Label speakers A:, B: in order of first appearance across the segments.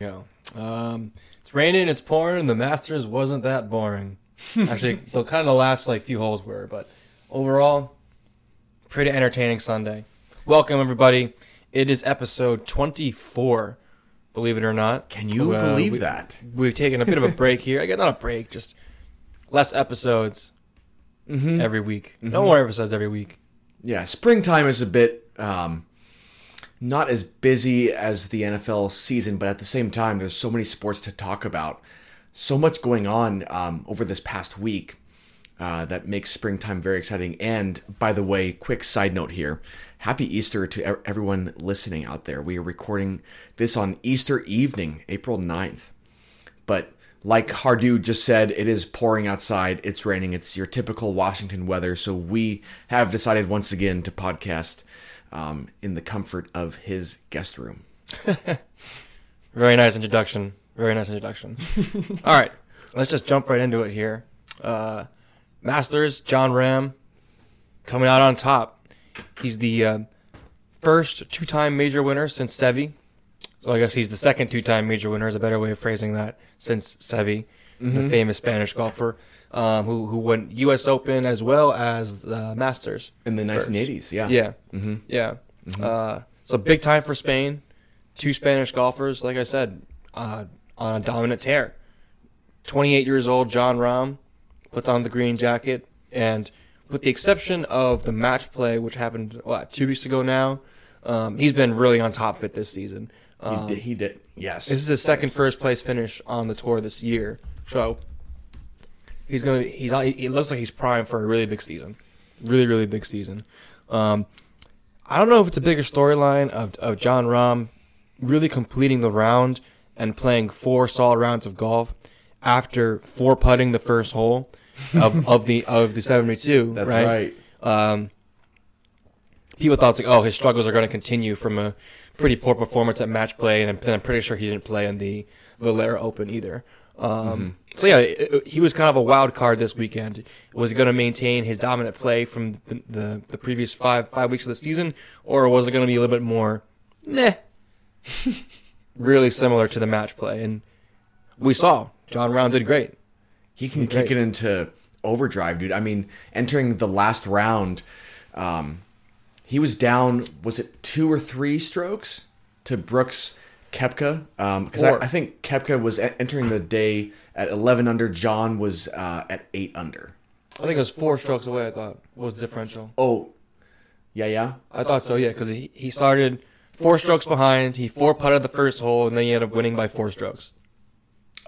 A: Yeah. Um, it's raining, it's pouring. The Masters wasn't that boring. Actually, the kind of last like few holes were, but overall, pretty entertaining Sunday. Welcome everybody. It is episode 24. Believe it or not,
B: Can you
A: Uh,
B: believe
A: we-
B: that?
A: we've taken a bit of a break here. I get not a break, just less episodes
B: Mm-hmm.
A: every week. No more episodes every week.
B: Yeah, springtime is a bit um, not as busy as the NFL season, but at the same time, there's so many sports to talk about, so much going on um, over this past week uh, that makes springtime very exciting. And by the way, quick side note here: Happy Easter to e- everyone listening out there. We are recording this on Easter evening, April 9th. But like Hardu just said, it is pouring outside. It's raining. It's your typical Washington weather. So we have decided once again to podcast um, in the comfort of his guest room.
A: Very nice introduction. Very nice introduction. All right, let's just jump right into it here. Uh, Masters, John Ram coming out on top. He's the uh, first two time major winner since Sevi. So I guess he's the second two time major winner, is a better way of phrasing that, since Sevi, the
B: Mm-hmm.
A: famous Spanish golfer um, who, who won U.S. Open as well as the Masters.
B: In the
A: First.
B: 1980s, yeah.
A: Yeah. Mm-hmm. Yeah. Uh, so big time for Spain. Two Spanish golfers, like I said, uh, on a dominant tear. 28 years old, John Rahm puts on the green jacket. And with the exception of the match play, which happened, what, two weeks ago now, um, he's been really on top of it this season.
B: He,
A: Um,
B: did, he did. Yes.
A: this is his second first place finish on the tour this year. So he's gonna he's it looks like he's primed for a really big season, really really big season. Um, I don't know if it's a bigger storyline of of John Rahm really completing the round and playing four solid rounds of golf after four putting the first hole of of the of the seventy two.
B: That's
A: right
B: right.
A: um, people thought it's like, oh, his struggles are going to continue from a pretty poor performance at match play, and then I'm pretty sure he didn't play in the Valera Open either. Um, So yeah, it- it- he was kind of a wild card this weekend. Was he going to maintain his dominant play from the, the the previous five five weeks of the season, or was it going to be a little bit more, meh, really similar to the match play? And we saw John Round did great.
B: He can
A: Mm,
B: kick it into overdrive, dude. I mean, entering the last round, um, he was down. Was it two or three strokes to Brooks Kepka? Because
A: Four.
B: I, I think Kepka was e- entering the day at eleven under. John was uh, at eight under.
A: I think it was four strokes away. I thought was differential.
B: Oh, yeah, yeah.
A: I thought so, yeah, because he, he started four strokes behind. He four putted the first hole, and then he ended up winning by four strokes.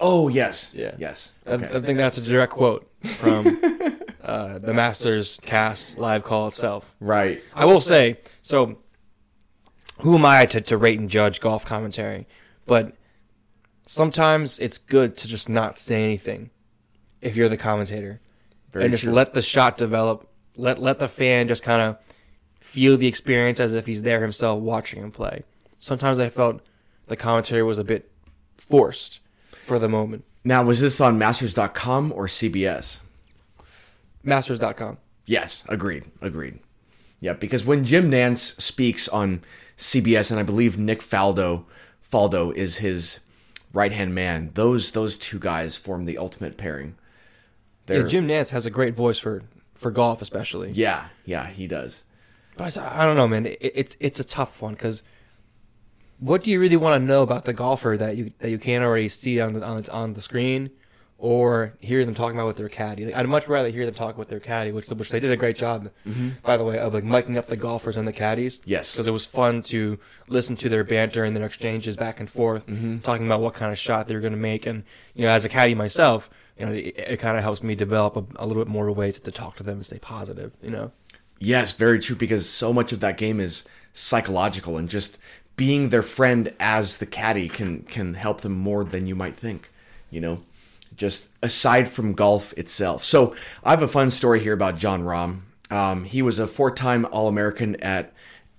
B: Oh, yes.
A: Yeah.
B: Yes.
A: I-
B: Okay.
A: I, think that's a direct quote from uh, the Masters cast live call itself.
B: right.
A: I will say so. Who am I to, to rate and judge golf commentary? But sometimes it's good to just not say anything if you're the commentator
B: Very
A: and just
B: true.
A: let the shot develop. Let let the fan just kind of feel the experience as if he's there himself watching him play. Sometimes I felt the commentary was a bit forced for the moment.
B: now, was this on Masters.com or CBS?
A: Masters.com.
B: Yes, agreed, agreed. Yeah, because when Jim Nance speaks on CBS, and I believe Nick Faldo, Faldo is his right hand man. Those those two guys form the ultimate pairing.
A: Yeah,
B: They're, yeah,
A: Jim Nance has a great voice for for golf, especially.
B: yeah, he does.
A: But I s- I, don't know, man. It, it, it's a tough one because what do you really want to know about the golfer that you that you can't already see on the on, the- on the screen or hear them talking about with their caddy? Like, I'd much rather hear them talk with their caddy, which which they did a great job, by the way, of like miking up the golfers and the caddies.
B: Yes.
A: because it was fun to listen to their banter and their exchanges back and forth, talking about what kind of shot they were going to make. And you know, as a caddy myself, you know, it, it kind of helps me develop a, a little bit more of a way to, to talk to them and stay positive. You know.
B: Yes, very true. Because so much of that game is psychological, and just being their friend as the caddy can can help them more than you might think. You know, just aside from golf itself. So I have a fun story here about John Rahm. Um, he was a four-time All-American at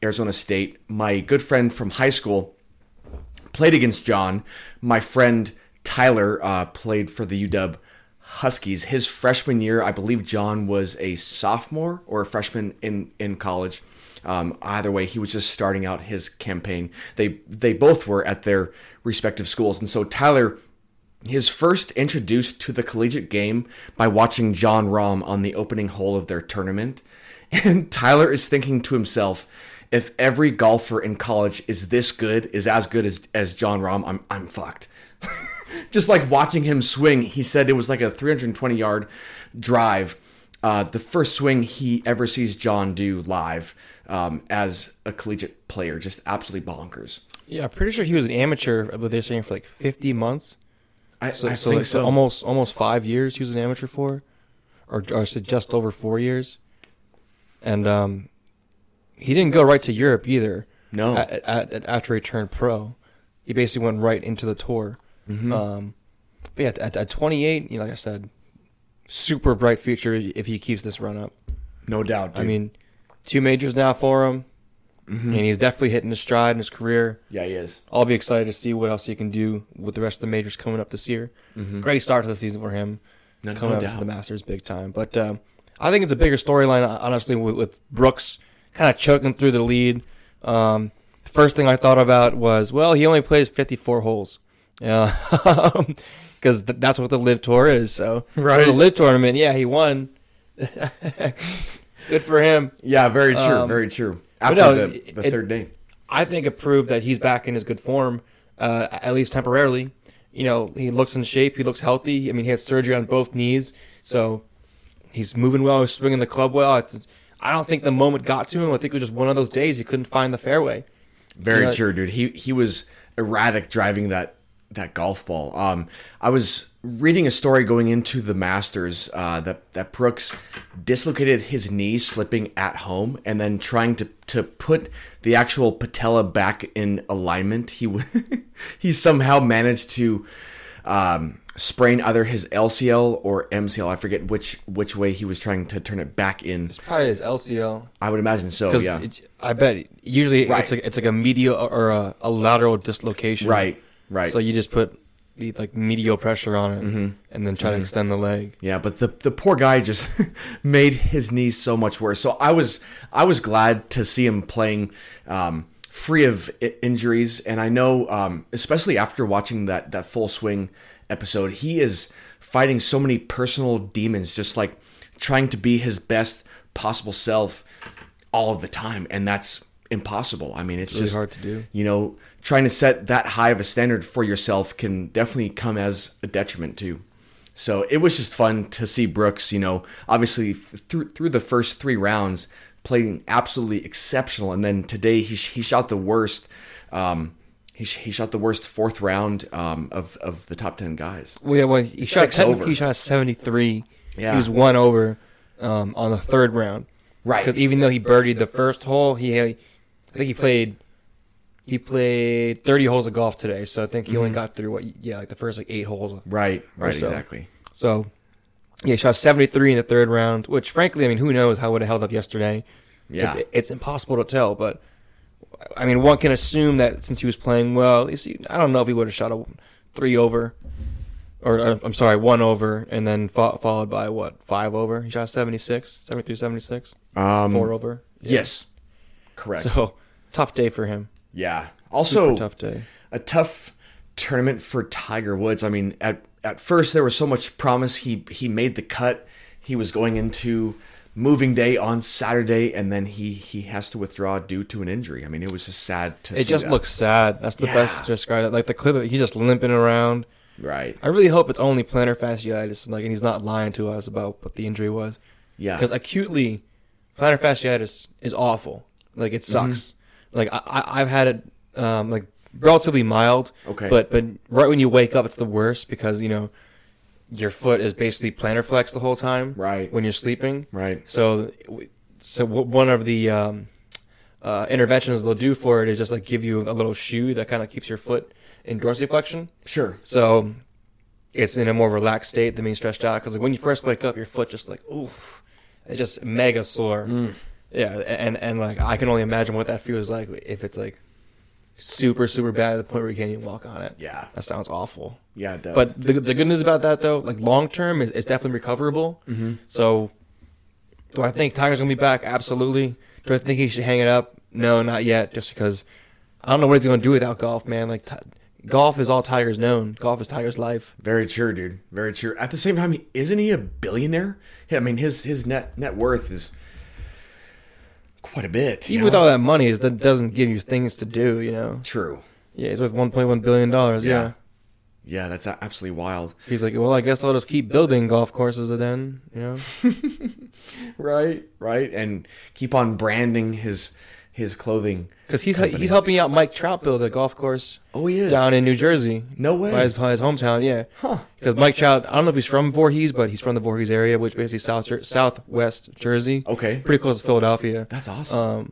B: Arizona State. My good friend from high school played against John. My friend Tyler uh, played for the UW Huskies. His freshman year, I believe John was a sophomore or a freshman in in college, Um, either way, he was just starting out his campaign. They they both were at their respective schools, and so Tyler is first introduced to the collegiate game by watching John Rahm on the opening hole of their tournament. And Tyler is thinking to himself, if every golfer in college is this good, is as good as, as John Rahm, I'm, I'm fucked. Just like watching him swing, he said it was like a 320 yard drive. Uh, the first swing he ever sees John do live um, as a collegiate player. Just absolutely bonkers.
A: Yeah, I'm pretty sure he was an amateur, but they're saying for like 50 months.
B: I,
A: So,
B: I
A: so,
B: think
A: like,
B: so.
A: so almost almost five years he was an amateur for, or or so just over four years, and um, he didn't go right to Europe either.
B: No.
A: At, at, at- after he turned pro, he basically went right into the tour.
B: Mm-hmm.
A: Um, but yeah, at- at, at 28, you know, like I said, super bright future if he keeps this run up.
B: no doubt.
A: I
B: dude. Mm-hmm.
A: mean, two majors now for him, and he's definitely hitting his stride in his career.
B: yeah, he is.
A: I'll be excited to see what else he can do with the rest of the majors coming up this year. Great start to the season for him.
B: Mm-hmm. No-
A: coming
B: no
A: up
B: doubt.
A: to the Masters big time. But um, I think it's a bigger storyline, uh, honestly, with, with Brooks kind of choking through the lead. Um, the first thing I thought about was, well, he only plays 54 holes. Because th- that's what the Live Tour is. So
B: Right.
A: the Live Tournament, yeah, he won. Good for him.
B: Yeah, very true.
A: Um,
B: very true.
A: but
B: After
A: no,
B: the, the
A: it-
B: third day.
A: I think it proved that he's back in his good form, uh, at least temporarily. You know, he looks in shape. He looks healthy. I mean, he had surgery on both knees, so he's moving well. He's swinging the club well. I, I don't think the moment got to him. I think it was just one of those days he couldn't find the fairway.
B: Very
A: Yeah.
B: true, dude. He he was erratic driving that that golf ball. Um, I was reading a story going into the Masters uh, that that Brooks dislocated his knee slipping at home, and then trying to to put the actual patella back in alignment. He w- he somehow managed to um, sprain either his LCL or MCL. I forget which which way he was trying to turn it back in.
A: Probably his LCL.
B: I would imagine so.
A: Because
B: Oh, Yeah.
A: I bet usually
B: Right.
A: it's like it's like a medial or a, a lateral dislocation.
B: Right. Right. Mm-hmm.
A: So you just put the like medial pressure on it, and then try to extend the leg.
B: Yeah, but the the poor guy just made his knees so much worse. So I was I was glad to see him playing um, free of I- injuries, and I know um, especially after watching that that full swing episode, he is fighting so many personal demons, just like trying to be his best possible self all of the time, and that's impossible. I mean, it's
A: Really
B: just
A: hard to do.
B: You know, trying to set that high of a standard for yourself can definitely come as a detriment too. So it was just fun to see Brooks, you know, obviously f- through through the first three rounds, playing absolutely exceptional, and then today he sh- he shot the worst. Um, he, sh- he shot the worst fourth round um, of of the top ten guys.
A: Well, yeah, well, he shot
B: Six
A: technically
B: over.
A: He shot a seventy-three.
B: Yeah.
A: he was one over um, on the third round.
B: Right.
A: Because even though he birdied the first hole, he I think he played he played thirty holes of golf today. So I think he only
B: Mm-hmm.
A: got through what yeah like the first like eight holes.
B: Right, right,
A: so.
B: exactly.
A: So yeah, he shot seventy-three in the third round. Which frankly, I mean, who knows how would have held up yesterday?
B: Yeah.
A: It's, it's impossible to tell. But I mean, one can assume that since he was playing well, you see, I don't know if he would have shot a three over, or uh, I'm sorry, one over, and then fo- followed by what five over. He shot 76, 73, 76,
B: Um,
A: four over. Yeah.
B: Yes, correct.
A: So tough day for him.
B: yeah.
A: Super
B: Also,
A: tough day.
B: a tough tournament for Tiger Woods. I mean, at at first there was so much promise. He he made the cut. He was going into moving day on Saturday, and then he he has to withdraw due to an injury. I mean, it was just sad to.
A: It
B: see
A: just
B: that.
A: looks sad. That's the best
B: Yeah.
A: way to describe it. Like the clip, of, he's just limping around.
B: right.
A: I really hope it's only plantar fasciitis, like, and he's not lying to us about what the injury was.
B: Yeah.
A: because acutely plantar fasciitis is awful like it
B: Mm-hmm.
A: sucks like I, I i've had it um like relatively mild
B: Okay.
A: but but right when you wake up it's the worst because you know your foot is basically plantar flex the whole time
B: Right.
A: when you're sleeping
B: Right.
A: so so w- one of the um uh, interventions they'll do for it is just like give you a little shoe that kind of keeps your foot in dorsiflexion
B: Sure.
A: so it's in a more relaxed state than being stretched out because like when you first wake up, your foot just like oof, it's just mega sore. Yeah, and and like I can only imagine what that feels like if it's like super super bad to the point where you can't even walk on it.
B: Yeah.
A: that sounds awful.
B: Yeah. It does.
A: But the the good news about that though, like long term, is it's definitely recoverable. Mm-hmm. So, do I think Tiger's gonna be back? Absolutely. Do I think he should hang it up? No, not yet. Just because I don't know what he's going to do without golf, man. Like t- golf is all Tiger's known. Golf is Tiger's life.
B: Very true, dude. Very true. At the same time, he- isn't he a billionaire? I mean, his his net net worth is quite a bit. you
A: Even
B: know?
A: with all that money, is that doesn't give you things to do. You know.
B: true.
A: Yeah, he's worth 1.1 billion dollars.
B: Yeah.
A: yeah.
B: Yeah, that's a- absolutely wild.
A: He's like, well, I guess I'll just keep building golf courses then, you know.
B: Right, right, and keep on branding his his clothing.
A: Because he's he's helping out Mike Trout build a golf course
B: Oh, he is.
A: down in New Jersey.
B: No way.
A: by his, by his hometown, yeah.
B: Huh.
A: Because Mike Trout, I don't know if he's from Voorhees, but he's from the Voorhees area, which basically south Jer- southwest Jersey.
B: Okay.
A: pretty close to Philadelphia.
B: That's awesome.
A: Um,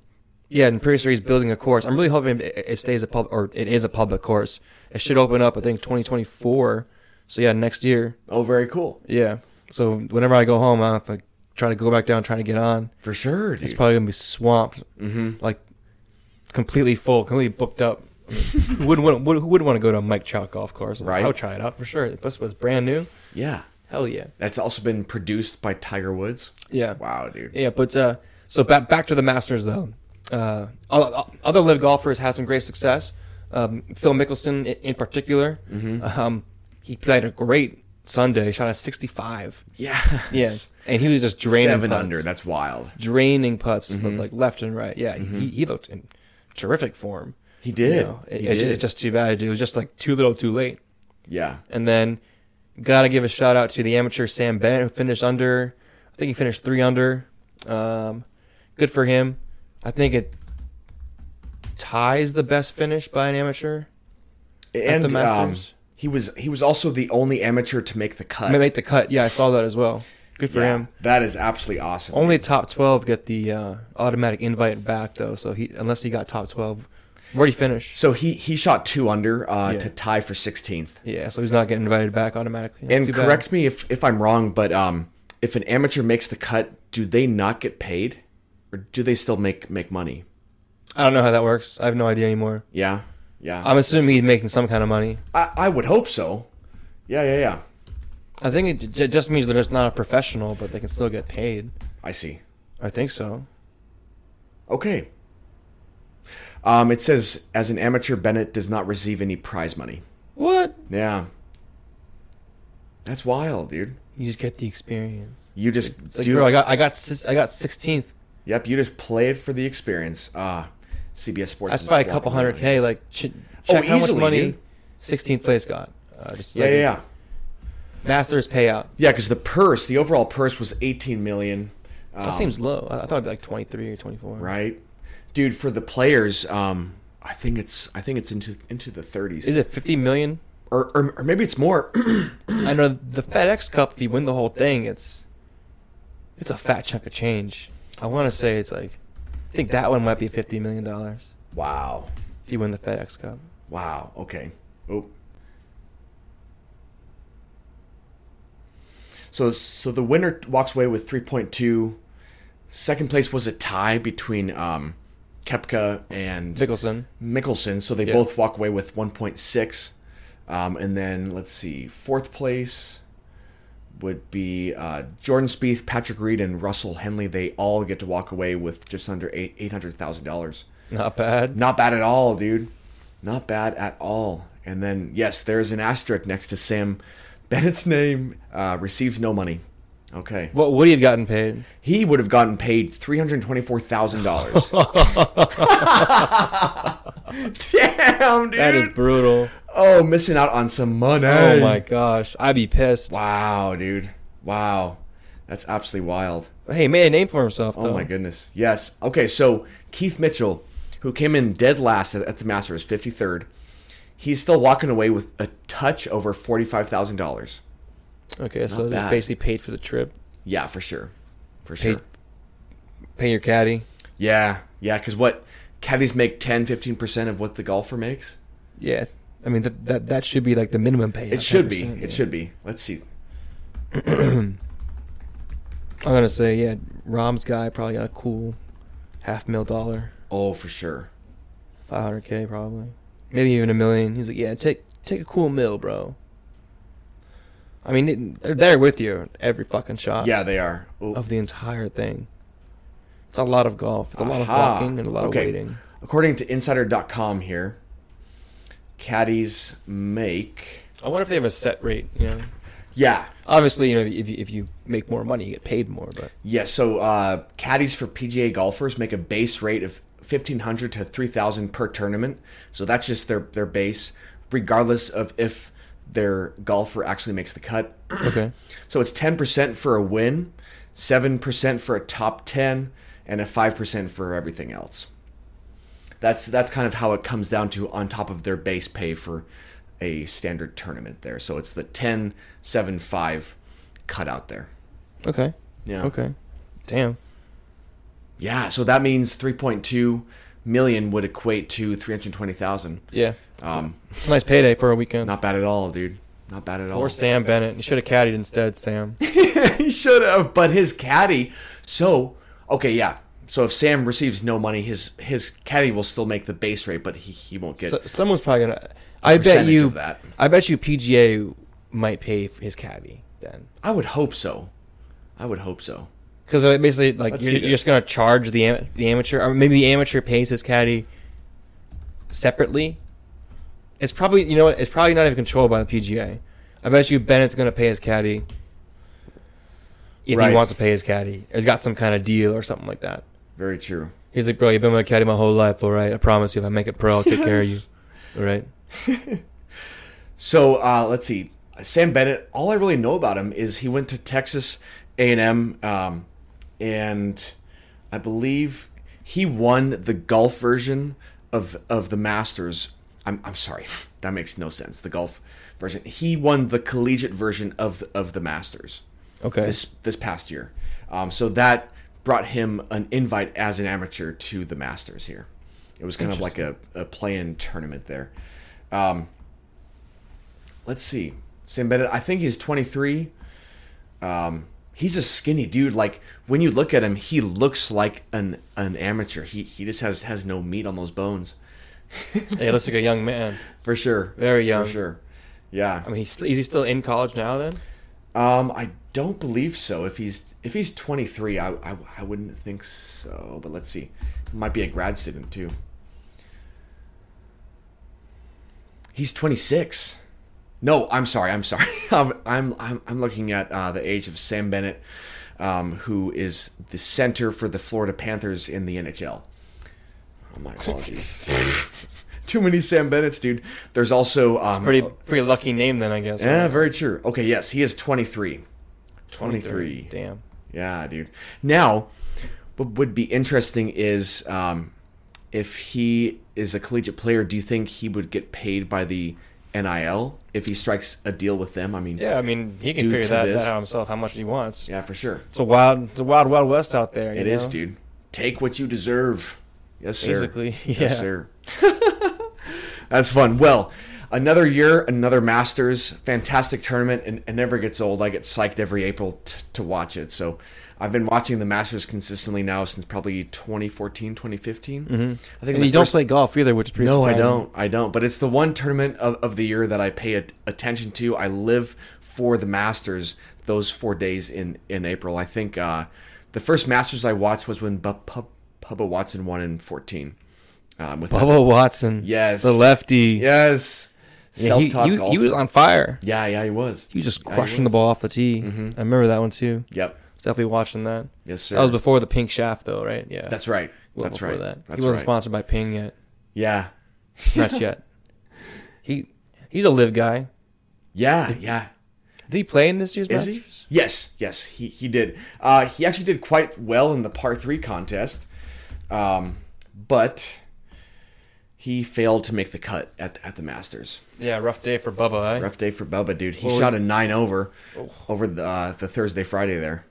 A: yeah, and pretty sure he's building a course. I'm really hoping it, it stays a pub or it is a public course. It should open up, I think, 2024. So yeah, next year.
B: oh, very cool.
A: Yeah. So whenever I go home, I have to try to go back down, trying to get on.
B: For sure, dude.
A: It's probably gonna be swamped, mm-hmm. like completely full, completely booked up. who wouldn't want? Who wouldn't want to go to a Mike Trout golf course?
B: Right.
A: I would try it out for sure. This was brand new.
B: yeah.
A: Hell yeah.
B: That's also been produced by Tiger Woods.
A: Yeah.
B: Wow, dude.
A: Yeah, but uh, so back back to the Masters though. Uh, o- o- other live golfers have some great success. Um, Phil Mickelson in, in particular.
B: Mm-hmm.
A: Um, he played a great Sunday. Shot a 65.
B: Yeah.
A: Yeah, and he was just draining
B: Seven
A: putts.
B: under. That's wild.
A: draining putts
B: Mm-hmm.
A: like left and right. Yeah, he, he looked in terrific form.
B: He did.
A: You know, it,
B: he
A: it-
B: did.
A: it's just too bad. It was just like too little, too late.
B: yeah.
A: And then gotta give a shout out to the amateur Sam Bennett who finished under. I think he finished three under. Um, good for him. I think it ties the best finish by an amateur.
B: And
A: the
B: um,
A: Masters.
B: he was he was also the only amateur to make the cut.
A: I make the cut. Yeah, I saw that as well. Good for
B: um, Yeah.
A: him.
B: That is absolutely awesome.
A: Only top twelve get the uh, automatic invite back though. So he unless he got top twelve, where'd he finish?
B: So he he shot two under uh,
A: Yeah.
B: to tie for 16th.
A: Yeah, so he's not getting invited back automatically. That's
B: and
A: too bad.
B: correct me if if I'm wrong, but um, if an amateur makes the cut, do they not get paid, or do they still make make money?
A: I don't know how that works. I have no idea anymore.
B: Yeah, yeah.
A: I'm assuming he's making some kind of money.
B: I, I would hope so. Yeah, yeah, yeah.
A: I think it j- just means they're just not a professional, but they can still get paid.
B: I see.
A: I think so.
B: Okay. Um, it says as an amateur, Bennett does not receive any prize money.
A: What?
B: Yeah. That's wild, dude.
A: You just get the experience.
B: You just
A: It's like,
B: do.
A: bro, I got, I got, sis- I got sixteenth.
B: yep, you just played for the experience. Ah, CBS Sports.
A: That's
B: is
A: probably a couple
B: walking
A: hundred
B: around.
A: k. Like, ch- check
B: Oh,
A: how
B: easily,
A: much money
B: dude.
A: sixteenth place got. Uh, just
B: Yeah,
A: like
B: yeah, yeah.
A: Masters payout.
B: Yeah, because the purse, the overall purse was 18 million. um,
A: That seems low. I, I thought it'd be like twenty three or twenty four.
B: Right, dude. For the players, um, I think it's I think it's into into the 30s,
A: Is it fifty million?
B: or, or or maybe it's more.
A: I know the FedEx Cup. If you win the whole thing, it's it's a fat chunk of change. I want to say it's like, I think that one might be fifty million dollars
B: wow,
A: if you win the FedEx Cup.
B: wow. Okay. Oh. So so the winner walks away with 3.2. Second place was a tie between um, Kepka and
A: Mickelson.
B: Mickelson, so they
A: Yeah.
B: both walk away with 1.6. Um, and then let's see, fourth place would be uh, Jordan Spieth, Patrick Reed, and Russell Henley. They all get to walk away with just under eight eight hundred thousand dollars.
A: Not bad.
B: Not bad at all, dude. Not bad at all. And then yes, there is an asterisk next to Sam Bennett's name. Uh, receives no money. Okay,
A: What would he have gotten paid?
B: he would have gotten paid three hundred twenty-four thousand dollars. Damn, dude.
A: That is brutal.
B: Oh, missing out on some money.
A: Oh my gosh. I'd be pissed.
B: Wow, dude. Wow. That's absolutely wild.
A: Hey, he made a name for himself though.
B: Oh my goodness. Yes. Okay, so Keith Mitchell, who came in dead last at, at the Masters, 53rd, he's still walking away with a touch over $45,000.
A: Okay, so
B: Not
A: they
B: bad.
A: basically paid for the trip.
B: Yeah, for sure. For sure.
A: Pay your caddy.
B: Yeah. Yeah, cuz what caddies make 10 15% of what the golfer makes?
A: Yeah. I mean that that, that should be like the minimum pay.
B: It should be. It should be. Let's see.
A: I'm gonna say, yeah, Rom's guy probably got a cool half mil dollar.
B: Oh, for sure.
A: Five hundred K probably. Maybe even a million. He's like, Yeah, take take a cool mill, bro. I mean, Uh, it- they're there with you every fucking shot
B: Yeah, they are. Oh,
A: of the entire thing. It's a lot of golf. It's a lot of
B: Aha.
A: walking and a lot
B: Okay.
A: of waiting.
B: According to insider.com here, caddies make
A: I wonder if they have a set rate. You know,
B: yeah.
A: obviously, you know, if you, if you make more money, you get paid more. But
B: Yeah, so uh, caddies for PGA golfers make a base rate of 1500 to 3000 per tournament. So that's just their their base regardless of if their golfer actually makes the cut.
A: okay,
B: So it's 10% for a win, 7% for a top 10, and a 5% for everything else. That's that's kind of how it comes down to on top of their base pay for a standard tournament there. So it's the 10 7 5 cut out there.
A: okay,
B: Yeah.
A: okay. Damn.
B: Yeah, so that means 3.2 million would equate to 320,000.
A: Yeah,
B: Um
A: it's a nice payday for a weekend.
B: not bad at all, dude. Not bad at all.
A: or Sam Bennett. You should have caddied instead, Sam.
B: he should have, but his caddy. So okay, yeah. So if Sam receives no money, his his caddy will still make the base rate, but he, he won't get.
A: So, someone's probably gonna. I bet
B: percentage
A: you.
B: of that.
A: I bet you PGA might pay for his caddy then,
B: I would hope so. I would hope so.
A: because basically, like
B: Let's
A: you're,
B: see
A: you're
B: this.
A: just gonna charge the am- the amateur, or maybe the amateur pays his caddy separately. It's probably you know what? It's probably not even controlled by the PGA. I bet you Bennett's gonna pay his caddy if
B: Right.
A: he wants to pay his caddy. Or he's got some kind of deal or something like that.
B: Very true.
A: He's like, bro, you've been my caddy my whole life, all right? I promise you, if I make it pro, I'll take care of you,
B: Yes.
A: all right?
B: So uh, let's see. Sam Bennett. All I really know about him is he went to Texas A and M, um, and I believe he won the golf version of of the Masters. I'm I'm sorry, that makes no sense. The golf version. He won the collegiate version of of the Masters
A: Okay.
B: this this past year. Um, so that brought him an invite as an amateur to the Masters here. It was kind of like a, a play-in tournament there. Um, let's see, Sam Bennett. I think he's 23. Um, he's a skinny dude. Like when you look at him, he looks like an an amateur. He he just has has no meat on those bones
A: Yeah, he looks like a young man.
B: for sure.
A: Very young.
B: For sure. Yeah.
A: I mean, he's, is he still in college now then?
B: Um, I don't believe so. If he's if he's 23, I, I I wouldn't think so. But let's see. Might be a grad student too. He's 26. No, I'm sorry. I'm sorry. I'm I'm I'm, I'm looking at uh, the age of Sam Bennett, um, who is the center for the Florida Panthers in the NHL. Oh, my apologies. Too many Sam Bennett's, dude. There's also um,
A: Pretty pretty lucky name then, I guess.
B: yeah, very true. Okay, yes, he is 23.
A: 23.
B: 23.
A: Damn.
B: Yeah, dude. Now, what would be interesting is um, if he is a collegiate player, do you think he would get paid by the NIL if he strikes a deal with them? I mean,
A: Yeah, I mean, he can
B: Due
A: figure
B: to
A: that,
B: this-
A: that out himself, how much he wants.
B: yeah, for sure.
A: It's a wild, it's a wild, wild west out there.
B: It is, dude. Take what you deserve. Yes, sir.
A: Basically, yeah.
B: Yes, sir. That's fun. Well, another year, another Masters, fantastic tournament, and it never gets old. I get psyched every April t- to watch it. So I've been watching the Masters consistently now since probably 2014, 2015. Mm-hmm. I think
A: And
B: the
A: you don't
B: first-
A: play golf either, which is pretty
B: no, I
A: surprising.
B: don't. I don't. But it's the one tournament of, of the year that I pay at attention to. I live for the Masters those four days in, in April. I think uh, the first Masters I watched was when Bu- Pu- Bubba Watson won in 14. Um, with that-
A: Bubba Watson.
B: Yes.
A: The lefty.
B: yes.
A: Yeah, he,
B: Self-taught
A: he-
B: golfer.
A: he was on fire.
B: yeah, yeah, he was.
A: He was just
B: he
A: crushing the
B: was. Mm-hmm.
A: ball off the tee. I remember that one too.
B: Yep.
A: Was definitely watching that.
B: Yes, sir.
A: That was before the pink shaft, though, right? Yeah.
B: That's right.
A: Well
B: That's
A: before
B: right.
A: That.
B: That's
A: he wasn't
B: right.
A: sponsored by Ping yet.
B: Yeah.
A: Not yet. He he's a live guy.
B: Yeah, yeah.
A: Did he play in this year's
B: Is he?
A: Masters?
B: Yes, yes, he, he did. Uh, he actually did quite well in the par three contest, um, but he failed to make the cut at, at the Masters.
A: Yeah, rough day for Bubba. Eh?
B: Rough day for Bubba, dude. He shot a nine over over the, uh, the Thursday Friday there.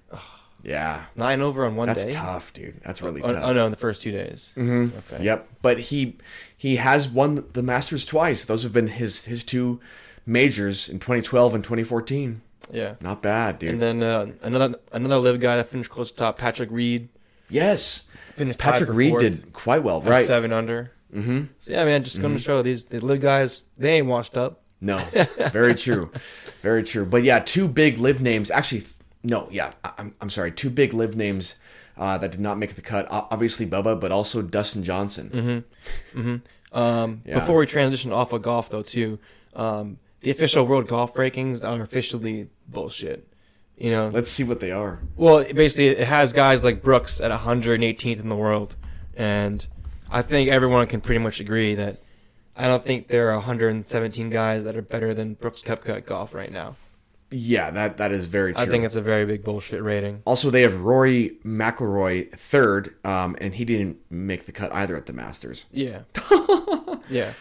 B: Yeah,
A: Nine over on one
B: that's
A: day.
B: tough, dude. That's really
A: Oh,
B: tough.
A: oh no, in the first two days. Mm-hmm. Okay.
B: Yep, but he he has won the Masters twice. Those have been his his two majors in 2012 and 2014.
A: Yeah.
B: Not bad, dude.
A: And then uh, another another live guy that finished close to top, Patrick Reed.
B: yes,
A: Finished tied
B: Patrick
A: for
B: Reed
A: fourth
B: did quite well,
A: at
B: right? Mm-hmm.
A: Seven under. Mm-hmm. So yeah, man, just going to show these the live guys they ain't washed up.
B: No, very true, very true. But yeah, two big live names. Actually, th- no, yeah, I- I'm I'm sorry. Two big live names uh, that did not make the cut. O- Obviously, Bubba, but also Dustin Johnson.
A: Mm-hmm. Um, Before we transition off of golf, though, too, um, the official world golf rankings are officially bullshit. You know,
B: Let's see what they are.
A: well, it basically, it has guys like Brooks at 118th in the world, and I think everyone can pretty much agree that I don't think there are 117 guys that are better than Brooks Koepka at golf right now.
B: Yeah, that that is very true.
A: I think it's a very big bullshit rating.
B: also, they have Rory McIlroy third, um, and he didn't make the cut either at the Masters.
A: Yeah, yeah.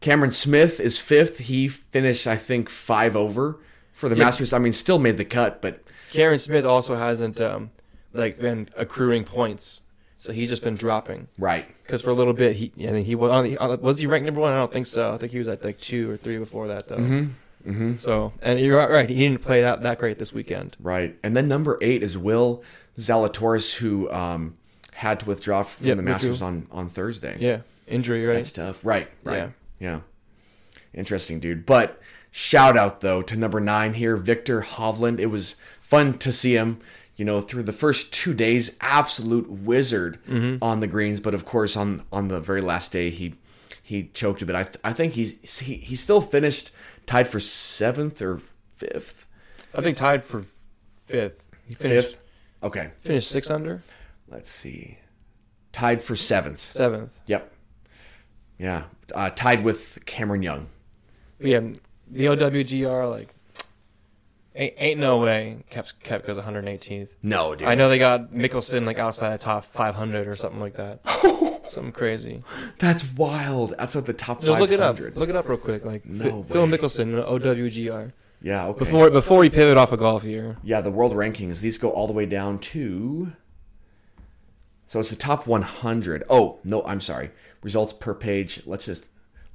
B: Cameron Smith is fifth. He finished, I think, five over for the Masters. I mean, still made the cut, but
A: Karen Smith also hasn't um, like been accruing points, so he's just been dropping.
B: right.
A: Because for a little bit, he I think he was on the on the- was he ranked number one? I don't think so. I think he was at like two or three before that though. Mm-hmm. Mm-hmm. So and you're right, right. He didn't play that that great this weekend.
B: Right. And then number eight is Will Zalatoris, who um, had to withdraw from
A: Yep,
B: the
A: withdrew.
B: Masters on, on Thursday.
A: Yeah, injury right.
B: That's tough. Right. Right.
A: Yeah.
B: Yeah. Interesting, dude. But shout out, though, to number nine here, Victor Hovland. It was fun to see him, you know, through the first two days, absolute wizard
A: Mm-hmm.
B: on the greens. But of course, on on the very last day, he he choked a bit. I, th- I think he's he, he still finished tied for seventh or fifth.
A: I think tied for fifth. He finished
B: Fifth. Okay.
A: finished six under
B: let's see, tied for seventh.
A: seventh.
B: Yep. Yeah, uh, tied with Cameron Young.
A: But yeah, the OWGR like ain't, ain't no way. Kept kept goes 118th.
B: No, dude,
A: I know they got Mickelson like outside the top 500 or something like that. something crazy.
B: that's wild. Outside the top
A: Just
B: 500.
A: look it up. Look it up real quick. Like
B: No
A: Ph- Phil
B: way.
A: Mickelson, OWGR.
B: Yeah, okay.
A: Before before we pivot off of golf here,
B: yeah, the world rankings. These go all the way down to. So it's the top 100. Oh no, I'm sorry. Results per page. Let's just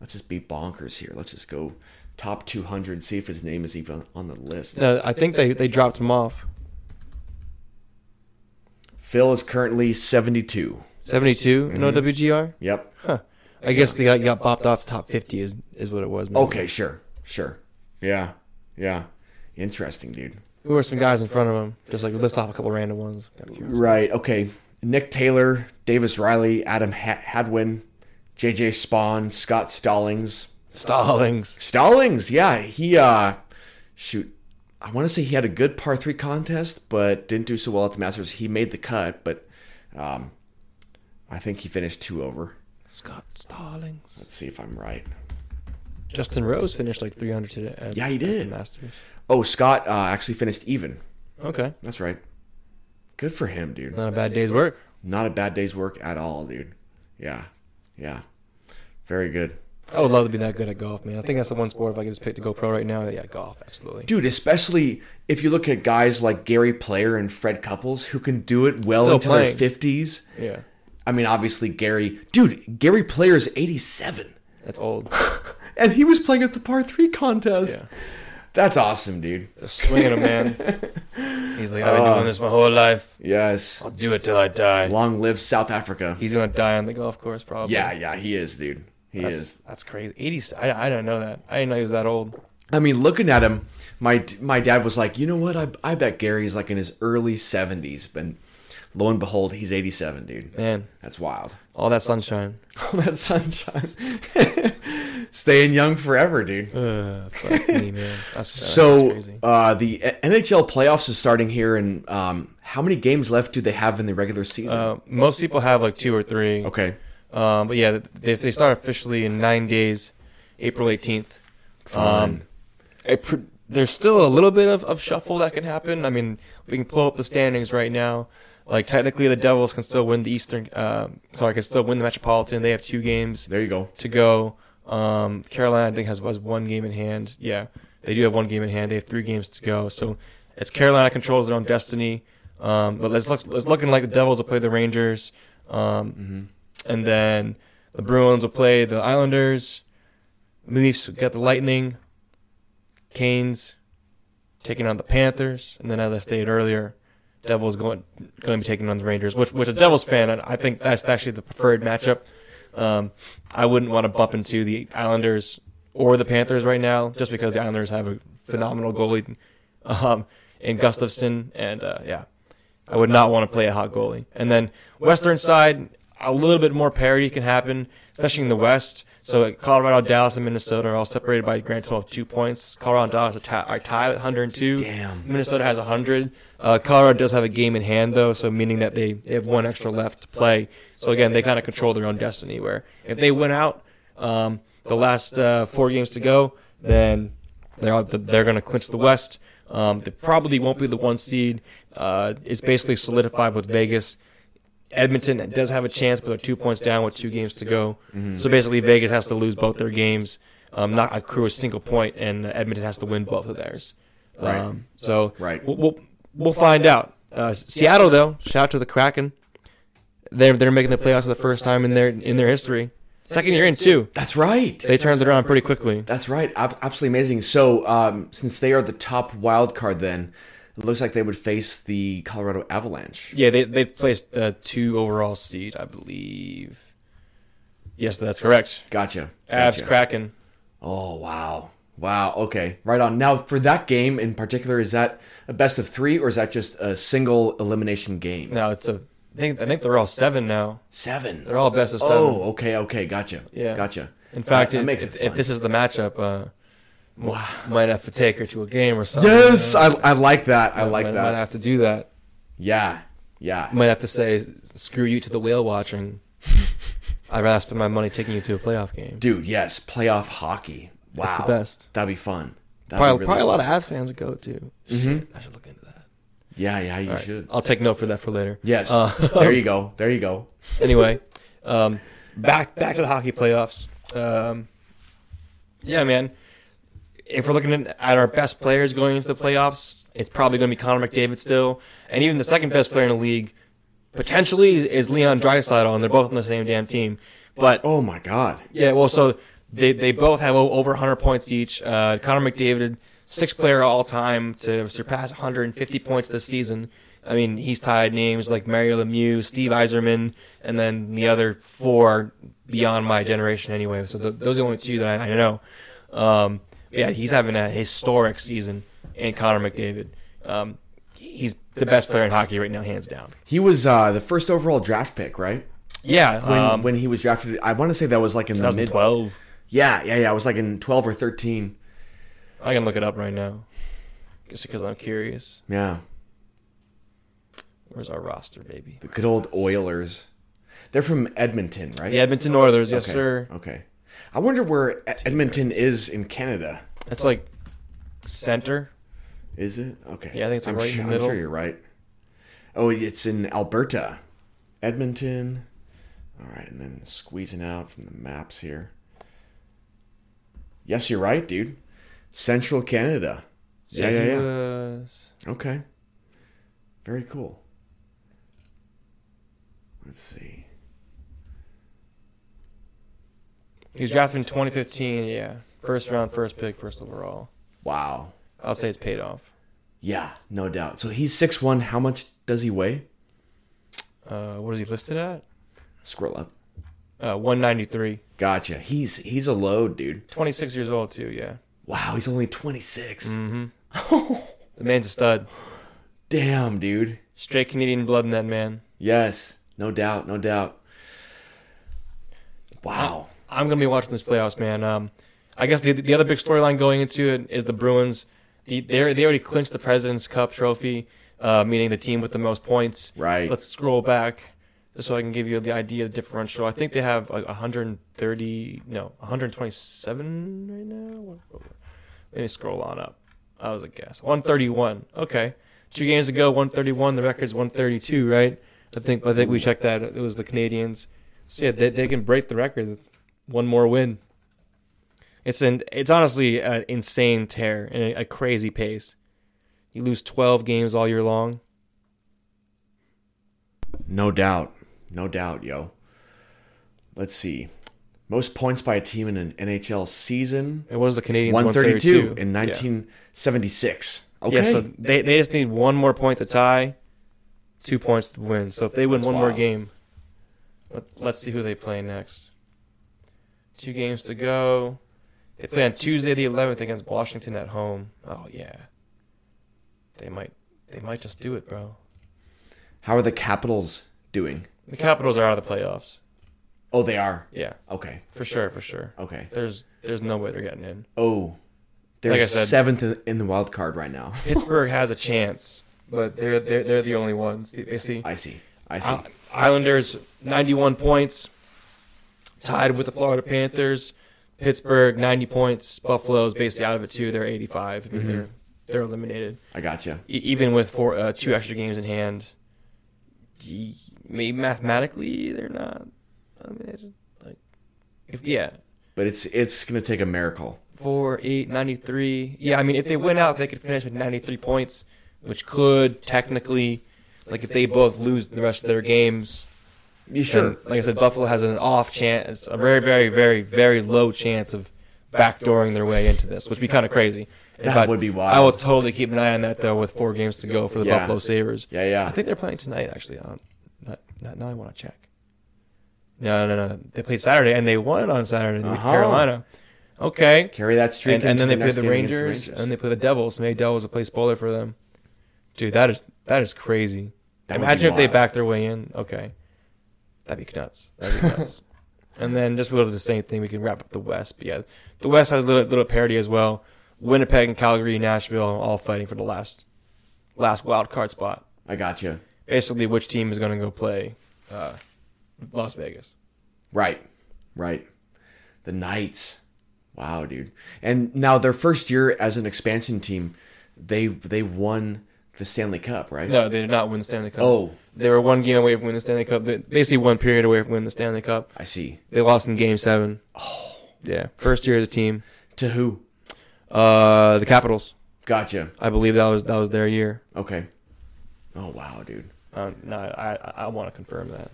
B: let's just be bonkers here. Let's just go top 200. See if his name is even on the list.
A: no, I think they they dropped him off.
B: Phil is currently 72.
A: 72 in OWGR.
B: Yep.
A: I guess they got, got bopped off the top 50 is is what it was. maybe.
B: Okay, sure, sure. Yeah, yeah. Interesting, dude.
A: Who are some guys in front of him? Just like list off a couple random ones. Got curious.
B: Right. Okay. Nick Taylor, Davis Riley, Adam ha- Hadwin, J.J. Spawn, Scott Stallings.
A: Stallings.
B: Stallings, yeah, he uh, shoot, I want to say he had a good par three contest, but didn't do so well at the Masters. He made the cut, but um, I think he finished two over.
A: Scott Stallings.
B: Let's see if I'm right.
A: Justin Rose finished like 300 today. At,
B: Yeah, he
A: at the
B: did.
A: Masters.
B: Oh, Scott uh, actually finished even.
A: Okay,
B: That's right. Good for him, dude.
A: not a bad day's work.
B: Not a bad day's work at all, dude. Yeah. Yeah. Very good.
A: I would love to be that good at golf, man. I think that's the one sport if I could just pick to go pro right now. Yeah, golf, absolutely.
B: Dude, especially if you look at guys like Gary Player and Fred Couples who can do it well
A: Still
B: into
A: playing.
B: their 50s.
A: Yeah,
B: I mean, obviously, Gary. Dude, Gary Player is 87.
A: that's old.
B: And he was playing at the par three contest.
A: Yeah.
B: That's awesome, dude.
A: swinging a man. He's like, I've been doing this my whole life.
B: Yes.
A: I'll do it till I die.
B: Long live South Africa.
A: He's gonna die on the golf course, probably.
B: Yeah, yeah, he is, dude. He
A: that's,
B: is.
A: that's crazy. Eighty. I, I don't know that. I didn't know he was that old.
B: I mean, looking at him, my my dad was like, you know what? I I bet Gary's like in his early seventies, but lo and behold, he's eighty seven, dude.
A: Man,
B: That's wild.
A: all that sunshine.
B: All that sunshine, staying young forever, dude.
A: Uh, fuck me, man. That's,
B: So
A: that's crazy.
B: uh, the NHL playoffs is starting here, and um, how many games left do they have in the regular season?
A: Uh, most people have like two or three.
B: okay,
A: Um, but yeah, they, they start officially in nine days, April 18th. Um,
B: Fun.
A: it pr- there's still a little bit of, of shuffle that can happen. I mean, we can pull up the standings right now. Like technically, the Devils can still win the Eastern. Uh, sorry, can still win the Metropolitan. They have two games
B: there you go.
A: to go. Um, Carolina, I think, has, has one game in hand. Yeah, they do have one game in hand. They have three games to go. So it's Carolina controls their own destiny. Um, but it's, look, it's looking like the Devils will play the Rangers. Um, And then the Bruins will play the Islanders. Leafs will get the Lightning. Canes taking on the Panthers. And then, as I stated earlier, Devils going going to be taking on the Rangers, which which a Devils fan, and I think that's actually the preferred matchup. Um, I wouldn't want to bump into the Islanders or the Panthers right now, just because the Islanders have a phenomenal goalie um, in Gustafson, and uh, yeah, I would not want to play a hot goalie. And then Western side, a little bit more parity can happen, especially in the West. So uh, Colorado, Dallas, and Minnesota are all separated by a grand total of two points. Colorado and Dallas are, ti- are tied at 102.
B: Damn.
A: Minnesota has 100. Uh, Colorado does have a game in hand, though, so meaning that they, they have one extra left to play. So again, they kind of control their own destiny. Where if they win out, um, the last uh, four games to go, then they're they're going to clinch the West. Um, they probably won't be the one seed. Uh, it's basically solidified with Vegas. Edmonton does have a chance, but they're two points down with two games to go. So basically, Vegas has to lose both their games, um, not accrue a single point, and Edmonton has to win both of theirs. Um,
B: Right.
A: So
B: Right.
A: we'll we'll, we'll find out. Uh, Seattle, though, shout out to the Kraken. They're they're making the playoffs for the first time in their in their history. Second year in too.
B: That's right.
A: They turned it around pretty quickly.
B: That's right. Ab- absolutely amazing. So, um, since they are the top wild card, then it looks like they would face the Colorado Avalanche.
A: Yeah, they they placed the two overall seed, I believe. Yes, that's correct.
B: Gotcha.
A: Abs
B: Gotcha.
A: Kraken.
B: Oh wow, wow. Okay, right on. Now for that game in particular, is that a best of three or is that just a single elimination game?
A: No, it's a. I think I think they're all seven now.
B: Seven.
A: They're all best of seven.
B: Oh, okay, okay. Gotcha.
A: Yeah.
B: Gotcha.
A: In fact,
B: That
A: if,
B: makes it
A: if, if
B: fun.
A: this is the matchup, uh, wow, might have to take her to a game or something.
B: Yes, I, I like that. I like
A: might, Might
B: that.
A: have to do that.
B: Yeah, yeah.
A: Might have to say, screw you to the whale watching. I'd rather spend my money taking you to a playoff game.
B: Dude, yes, playoff hockey. Wow,
A: the best.
B: That'd be fun. That'd
A: Probably,
B: be really
A: probably a lot
B: fun.
A: of Avs fans would go to. Shit, I should look into that.
B: Yeah, yeah. You
A: All right,
B: should.
A: I'll take note for that for later.
B: Yes.
A: Uh,
B: there you go. There you go.
A: anyway, um, back back to the hockey playoffs. Um, yeah, man. If we're looking at at our best players going into the playoffs, it's probably going to be Connor McDavid still, and even the second best player in the league potentially is, is Leon Draisaitl, and they're both on the same damn team. But
B: Oh my God.
A: yeah, well, so they they both have o- over 100 points each. Uh, Connor McDavid, sixth player all time to surpass 150 points this season. I mean, he's tied names like Mario Lemieux, Steve Eiserman, and then the other four are beyond my generation anyway. So th those are the only two that I, I know. Um, yeah, he's having a historic season, and Connor McDavid. Um, he's the best player in hockey right now, hands down.
B: He was uh, the first overall draft pick, right?
A: Yeah,
B: When,
A: um,
B: when he was drafted, I want to say that was like in the mid.
A: 2012.
B: Yeah, yeah, yeah. I was like in twelve or thirteen.
A: I can look it up right now, just because I'm curious.
B: Yeah,
A: Where's our roster, baby?
B: the good old Oilers. They're from Edmonton, right?
A: The Edmonton Oilers, yes,
B: Okay.
A: sir.
B: Okay. I wonder where Ed- Edmonton is in Canada.
A: That's like center.
B: Is it? Okay.
A: Yeah, I think it's, like,
B: I'm
A: right in
B: sure,
A: the
B: I'm
A: middle.
B: sure you're right. Oh, it's in Alberta, Edmonton. All right, and then squeezing out from the maps here. Yes, you're right, dude. Central Canada.
A: So
B: yeah,
A: he
B: yeah, yeah.
A: was-
B: Okay. Very cool. Let's see.
A: He was drafted in 2015. Yeah, first round, first pick, first overall.
B: Wow.
A: I'll say it's paid off.
B: Yeah, no doubt. So he's six one. How much does he weigh?
A: Uh, what is he listed at?
B: Scroll up.
A: Uh, 193.
B: Gotcha. He's he's a load, dude.
A: 26 years old too. Yeah,
B: Wow, he's only twenty six.
A: the man's a stud.
B: Damn, dude.
A: Straight Canadian blood in that man.
B: Yes, no doubt, no doubt. Wow.
A: I'm gonna be watching this playoffs, man. Um, I guess the the other big storyline going into it is the Bruins. The they they already clinched the President's Cup trophy, uh, meaning the team with the most points.
B: Right.
A: Let's scroll back just so I can give you the idea of the differential. I think they have like 130, no, 127 right now. Let me scroll on up. I was a guess. 131. Okay. Two games ago, 131. The record's 132, right? I think I think we checked that. It was the Canadians. So yeah, they, they can break the record. One more win. It's an it's honestly an insane tear and a, a crazy pace. You lose 12 games all year long.
B: No doubt. No doubt, yo. Let's see. Most points by a team in an NHL season.
A: It was the Canadians
B: 132
A: 132, Yeah.
B: in 1976. Okay.
A: Yeah, so they, they just need one more point to tie, two points to win. So if they win
B: That's
A: one more
B: wild.
A: game, let, let's see who they play next. Two games to go. They play on Tuesday the 11th against Washington at home. Oh yeah. They might they might just do it, bro.
B: How are the Capitals doing?
A: The Capitals are out of the playoffs.
B: Oh, they are.
A: Yeah,
B: Okay.
A: for sure, for sure.
B: Okay.
A: There's there's no way they're getting in.
B: Oh, they're
A: Like I said-
B: seventh in- in the wild card right now.
A: Pittsburgh has a chance, but they're they're, they're the only ones. They- They see
B: I see. I see.
A: I- Islanders 91 points, tied with the Florida Panthers. Pittsburgh 90 points. Buffalo's basically out of it too. They're 85. I mean, they're they're eliminated.
B: I gotcha.
A: E- even with four uh, two extra games in hand, y- maybe mathematically they're not eliminated. Like if yeah.
B: But it's it's gonna take a miracle.
A: four, eight, 93. Yeah, I mean, if they win out, they could finish with 93 points, which could technically, like, if they both lose the rest of their games.
B: You
A: and, like I said, Buffalo has an off chance, a very, very, very, very low chance of backdooring their way into this, which would be kind of crazy. In
B: That
A: fact,
B: would be
A: I will
B: wild.
A: totally keep an eye on that, though, with four games to go for the
B: Yeah.
A: Buffalo Sabres.
B: Yeah, yeah.
A: I think they're playing tonight, actually. Um, not, not, now I want to check. No, no, no. They played Saturday, and they won on Saturday with
B: Uh-huh.
A: Carolina. Okay
B: Carry that streak.
A: and, and
B: into
A: then they play
B: next
A: the
B: game against
A: Rangers, and they play the Devils. Maybe Devils will play spoiler for them. Dude, that is that is crazy.
B: That would be
A: Imagine if they
B: wild.
A: back their way in. Okay, that'd be nuts. That'd be nuts. and then just we'll do the same thing. We can wrap up the West. But yeah, the West has a little little parity as well. Winnipeg and Calgary, Nashville, all fighting for the last last wild card spot.
B: I gotcha.
A: Basically, which team is going to go play uh, Las Vegas?
B: Right. Right. The Knights. Wow, dude. And now their first year as an expansion team, they they won the Stanley Cup, right?
A: No, they did not win the Stanley Cup.
B: Oh.
A: They were one game away from winning the Stanley Cup. They- Basically, one period away from winning the Stanley Cup.
B: I see.
A: They lost in game seven. Oh. Yeah. First year as a team.
B: To who?
A: Uh the Capitals.
B: Gotcha.
A: I believe that was that was their year.
B: Okay. Oh wow, dude.
A: Um, no, I I, I want to confirm that.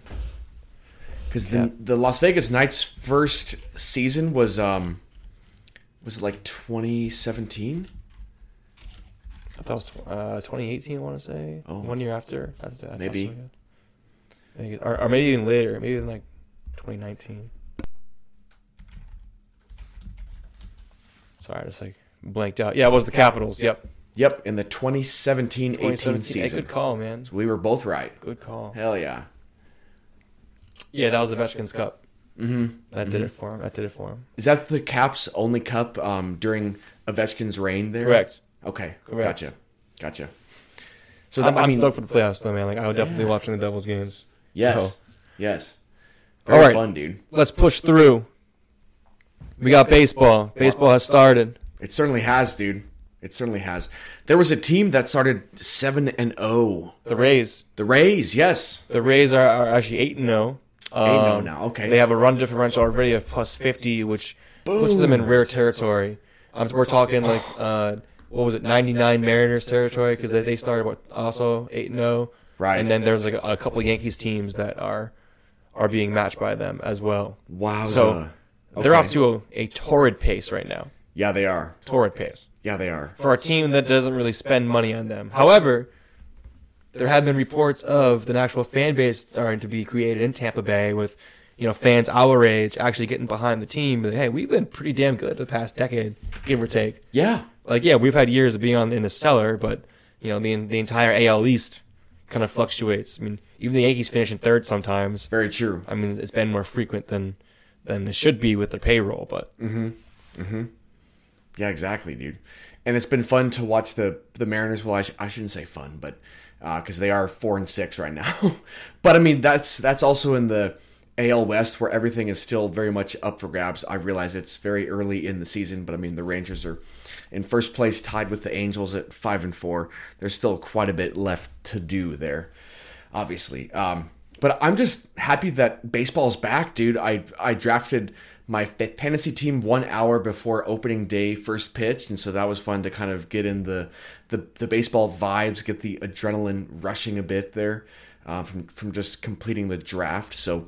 B: Because the the Las Vegas Knights' first season was um was it like 2017?
A: I thought it was tw- uh, 2018. I want to say
B: Oh.
A: one year after. I th- I thought
B: Maybe.
A: so, yeah. Maybe- or, or maybe even later. Maybe in like 2019. Sorry, I just like blanked out. Yeah, it was the Capitals. Yep,
B: Yep, in the 2017-18
A: 2017. Hey,
B: season.
A: good call, man.
B: We were both right.
A: Good call.
B: Hell yeah.
A: Yeah, that was the Veterans Cup. Mm-hmm. That did it for him. That did it for him.
B: Is that the Caps' only cup um, during Ovechkin's reign there?
A: Correct.
B: Okay.
A: Correct.
B: Gotcha. Gotcha. So that,
A: I'm,
B: i
A: I'm
B: mean,
A: stoked for the playoffs, though, man. Like, I would definitely be watching the Devils games.
B: yes,
A: So,
B: yes.
A: All
B: Very
A: right.
B: fun, dude.
A: let's push through. We got baseball. Baseball has started.
B: It certainly has, dude. It certainly has. There was a team that started seven and zero.
A: The Rays.
B: The Rays, yes.
A: The Rays are, are actually eight and zero.
B: and oh now, okay.
A: They have a run differential already of plus fifty, which puts them in rare territory. Um, we're talking like uh, what was it, ninety nine Mariners territory because they, they started what also eight and zero.
B: Right.
A: And then there's like a, a couple Yankees teams that are are being matched by them as well.
B: Wowza.
A: So they're
B: Okay.
A: off to a, a torrid pace right now.
B: Yeah, they are.
A: Torrid pace
B: Yeah, they are.
A: for a team that doesn't really spend money on them. However, there have been reports of the actual fan base starting to be created in Tampa Bay with, you know, fans our age actually getting behind the team. Like, hey, we've been pretty damn good the past decade, give or take.
B: Yeah.
A: Like, yeah, we've had years of being on in the cellar, but you know, the the entire AL East kind of fluctuates. I mean, even the Yankees finish in third sometimes.
B: Very true.
A: I mean, it's been more frequent than than it should be with their payroll, but
B: Yeah, exactly, dude. And it's been fun to watch the the Mariners. Well, I, sh- I shouldn't say fun, but because they are four and six right now. but I mean, that's that's also in the AL West where everything is still very much up for grabs. I realize it's very early in the season, but I mean, the Rangers are in first place, tied with the Angels at five and four. There's still quite a bit left to do there, obviously. Um, but I'm just happy that baseball's back, dude. I I drafted my fa- fantasy team one hour before opening day first pitch, and so that was fun to kind of get in the the, the baseball vibes, get the adrenaline rushing a bit there uh, from from just completing the draft. So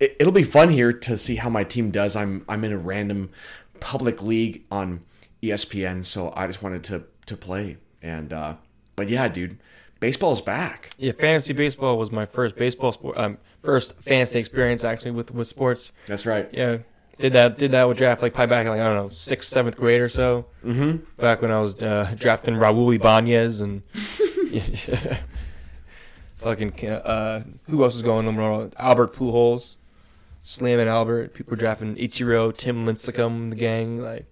B: it, it'll be fun here to see how my team does. I'm I'm in a random public league on E ESPN, so I just wanted to to play. And uh, but yeah, dude, baseball's back.
A: Yeah, fantasy baseball was my first baseball sport. Um, first fantasy experience actually with with sports.
B: That's right.
A: Yeah, did that did that with draft like probably back in like I don't know sixth seventh grade or so. Mm-hmm. Back when I was uh, drafting Raul Ibanez and Fucking uh, who else is going tomorrow? Albert Pujols, Slim and Albert. People are drafting Ichiro, Tim Lincecum, the gang. Like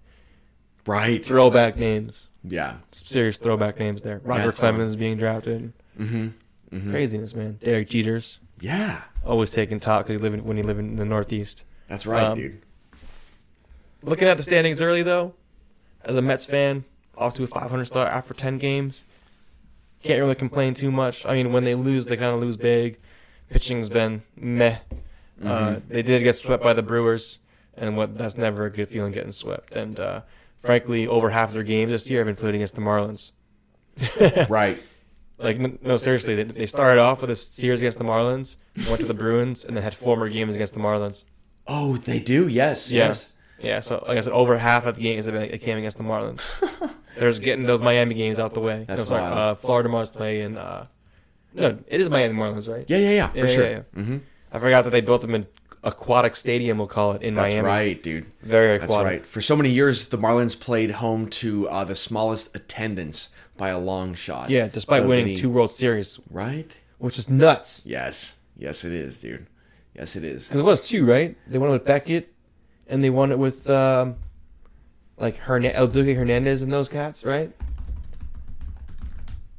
B: Right.
A: throwback names,
B: Yeah.
A: serious throwback names there. Roger
B: Yeah.
A: Clemens being drafted. Mm-hmm. Craziness, man. Derek Jeter's
B: Yeah.
A: always taking top because he lived in- when he lived in the Northeast.
B: That's right,
A: Um,
B: dude.
A: Looking at the standings early though, as a Mets fan, off to a 500 start after 10 games, can't really complain too much. I mean, when they lose, they kind of lose big. Pitching's been meh. Uh, they did get swept by the Brewers, and what that's never a good feeling getting swept. And uh, frankly, over half their games this year have been played against the Marlins.
B: Right.
A: Like n- no, seriously, they, they started off with a series against the Marlins, went to the Bruins, and then had four more games against the Marlins.
B: Oh, they do. Yes.
A: Yeah.
B: Yes.
A: Yeah, so like I said, over half of the games have been it came against the Marlins. There's getting those Miami games out the way.
B: That's
A: no, sorry,
B: wild.
A: uh, Florida Marlins play in. Uh, no, it is Miami Marlins, right?
B: Yeah. Yeah. Yeah. For
A: Yeah, yeah,
B: sure. Mm-hmm.
A: yeah. I forgot that they built them in aquatic stadium. We'll call it in
B: That's
A: Miami.
B: right, dude.
A: Very
B: That's
A: aquatic.
B: right. For so many years, the Marlins played home to uh, the smallest attendance by a long shot.
A: Yeah, despite
B: of
A: winning
B: any-
A: two World Series,
B: Right.
A: which is nuts.
B: Yes. Yes, it is, dude. Yes, it is.
A: Because it was two, right? They won it with Beckett, and they won it with um, like Hern- El Duque Hernandez and those cats, right?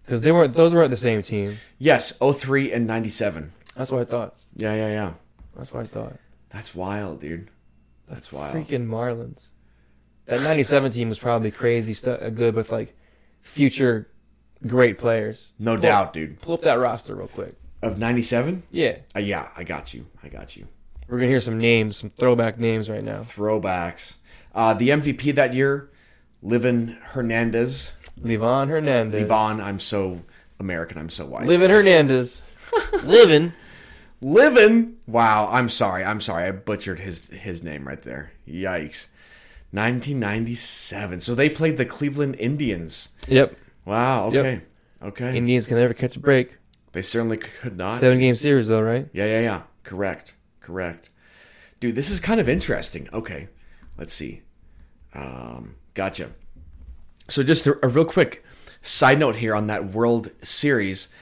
A: Because they weren't; those weren't the same team.
B: Yes, 03 and 97.
A: That's what I thought.
B: Yeah, yeah, yeah.
A: That's what I thought.
B: That's wild, dude. That's wild.
A: Freaking Marlins. That 97 team was probably crazy stu- uh, good with like future great players.
B: No
A: Pull-
B: doubt, dude.
A: Pull up that roster real quick.
B: Of 97?
A: Yeah.
B: Uh, yeah, I got you. I got you.
A: We're going to hear some names, some throwback names right now.
B: Throwbacks. Uh, the MVP that year, Livin Hernandez.
A: Levon Hernandez.
B: Yvonne, I'm so American. I'm so white.
A: Living Hernandez. Living.
B: Livin. Wow. I'm sorry. I'm sorry. I butchered his his name right there. Yikes. 1997. So they played the Cleveland Indians.
A: Yep.
B: Wow.
A: Yep.
B: Okay. Okay.
A: Indians can never catch a break.
B: they certainly could not.
A: Seven game series, though, right?
B: Yeah, yeah, yeah. Correct. Correct. Dude, this is kind of interesting. Okay. Let's see. Um, gotcha. So just a, a real quick side note here on that World Series.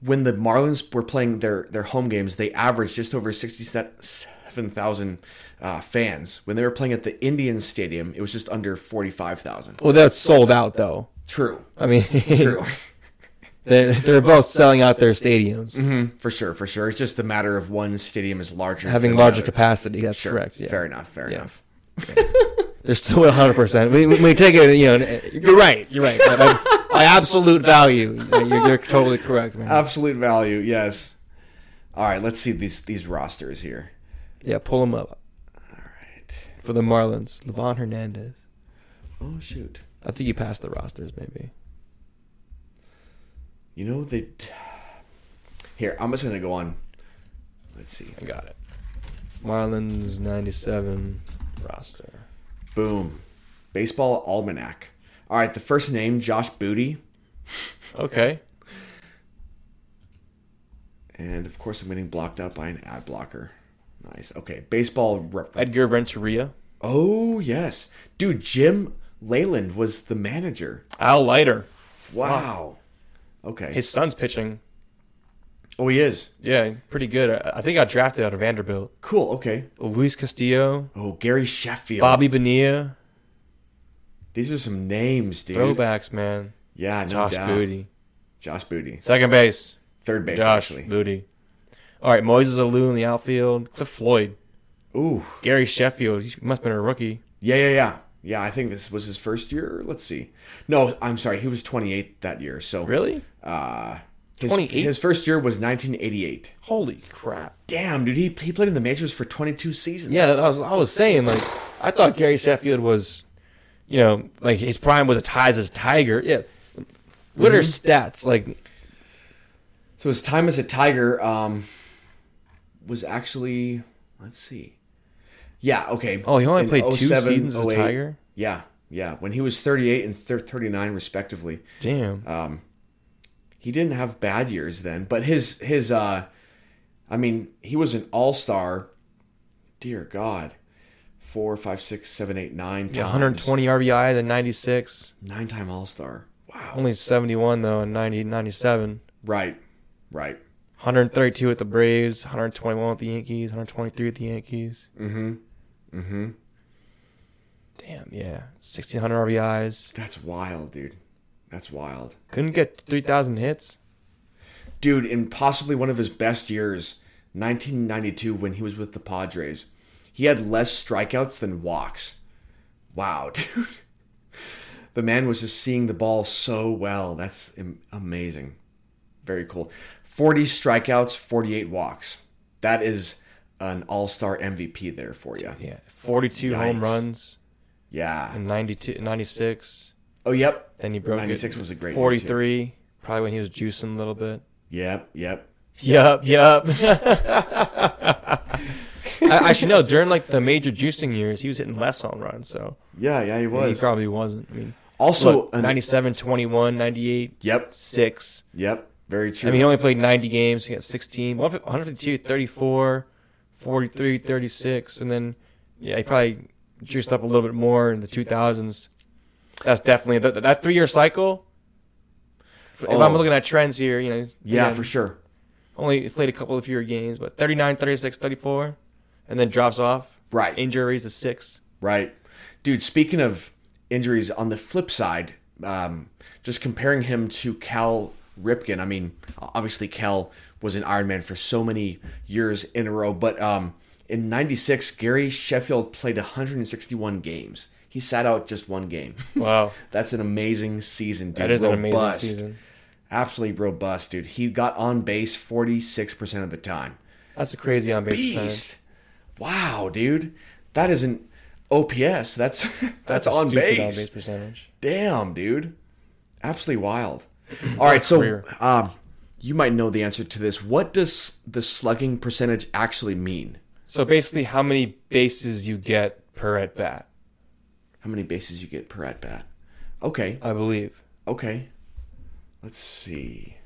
B: When the Marlins were playing their, their home games, they averaged just over 67,000 uh, fans. When they were playing at the Indians Stadium, it was just under 45,000.
A: Well, that's sold out, though.
B: True.
A: I mean,
B: True.
A: they're, they're both selling out their stadiums,
B: Mm-hmm. for sure, for sure. It's just a matter of one stadium is larger.
A: having
B: than the
A: larger
B: other.
A: capacity. That's
B: Sure.
A: correct. Yeah.
B: Fair enough. Fair enough.
A: They're still 100. percent We we- we take it. You know, you're right. You're right. By, by- by absolute value, uh, you're, you're totally correct, man.
B: Absolute value, yes. All right, let's see these these rosters here.
A: yeah, pull them up
B: Right.
A: for the Marlins. Levon Hernandez.
B: Oh shoot.
A: I think you passed the rosters, maybe.
B: You know they. Here, I'm just gonna go on. Let's see.
A: I got it. Marlins 97 roster.
B: Boom. Baseball almanac. All right, the first name Josh Booty,
A: Okay.
B: and of course I'm getting blocked out by an ad blocker. Nice. Okay, baseball. Rep-
A: Edgar Renteria.
B: oh yes, dude. Jim Leyland was the manager.
A: Al Leiter.
B: Wow. Okay.
A: His son's pitching.
B: oh, he is.
A: Yeah, pretty good. I I think I drafted out of Vanderbilt.
B: Cool. Okay.
A: Luis Castillo.
B: Oh, Gary Sheffield.
A: Bobby Bonilla.
B: These are some names, dude.
A: Throwbacks, man.
B: Yeah, no
A: Josh
B: doubt.
A: Booty.
B: Josh Booty.
A: Second base.
B: Third base,
A: Josh
B: actually.
A: Booty. All right, Moises Alou in the outfield. Cliff Floyd.
B: Ooh.
A: Gary Sheffield. He must have been a rookie.
B: Yeah, yeah, yeah. Yeah, I think this was his first year. Let's see. No, I'm sorry. He was 28 that year. So,
A: Really?
B: uh, his,
A: 28?
B: his first year was 1988.
A: Holy crap.
B: Damn, dude. He, he played in the majors for 22 seasons.
A: Yeah, that I was, I was saying, like, I thought Gary Sheffield was, you know, like his prime was a ties as a tiger. Yeah. Mm-hmm. What are stats? Like,
B: So his time as a Tiger um, was actually, let's see. Yeah, okay.
A: oh, he only
B: In
A: played two
B: 07,
A: seasons as a
B: 08.
A: tiger?
B: Yeah, yeah. When he was 38 and thir- 39, respectively.
A: Damn.
B: Um, he didn't have bad years then, but his his uh I mean, he was an all star. Dear God. Four, five, six, seven, eight, nine times.
A: 120 RBIs and 96.
B: Nine time all star. Wow.
A: Only 71, though, in 90, 97.
B: Right. Right.
A: 132 with the Braves, 121 with the Yankees, 123 with the Yankees.
B: Mm-hmm.
A: Damn, yeah, 1600 RBIs.
B: That's wild, dude. That's wild.
A: Couldn't get 3,000 hits.
B: Dude, in possibly one of his best years, 1992, when he was with the Padres, he had less strikeouts than walks. Wow, dude. The man was just seeing the ball so well. That's am- amazing. Very cool. 40 strikeouts, 48 walks. That is an all star MVP there for you.
A: Yeah, 42 home
B: Yikes.
A: runs
B: Yeah.
A: and 92, 96.
B: Oh, yep.
A: Then he broke it.
B: 96 was a great year, too.
A: 43, probably when he was juicing a little bit.
B: Yep. Yep.
A: Yup, yup. I, I should know. During like the major juicing years, he was hitting less home runs, so
B: Yeah. Yeah, he
A: he
B: was.
A: probably wasn't. I mean,
B: also,
A: look,
B: an-
A: 97, 21, 98,
B: Yep.
A: 6.
B: Yep. Very true.
A: I mean, he only played 90 games. He got 16, 152, 34, 43, 36. And then, yeah, he probably juiced up a little bit more in the 2000s. That's definitely that, that three year cycle. If
B: Oh.
A: I'm looking at trends here, you know,
B: yeah,
A: again,
B: for sure.
A: only played a couple of fewer games, but 39, 36, 34, and then drops off.
B: Right.
A: Injuries is six.
B: Right. Dude, speaking of injuries, on the flip side, um, just comparing him to Cal Ripken, I mean, obviously Cal was an Iron Man for so many years in a row, but um, in 96, Gary Sheffield played 161 games. He sat out just one game.
A: Wow.
B: That's an amazing season, dude.
A: That is an amazing
B: Robust.
A: season.
B: Absolutely robust, dude. He got on base 46% of the time
A: That's a crazy on base percentage.
B: beast. Wow, dude, that isn't OPS. That's that's,
A: a
B: on
A: stupid
B: base.
A: on base percentage.
B: Damn, dude, absolutely wild. All right, so
A: career.
B: um, you might know the answer to this. What does the slugging percentage actually mean?
A: So basically, how many bases you get per at bat?
B: How many bases you get per at bat? Okay,
A: I believe.
B: okay. Let's see.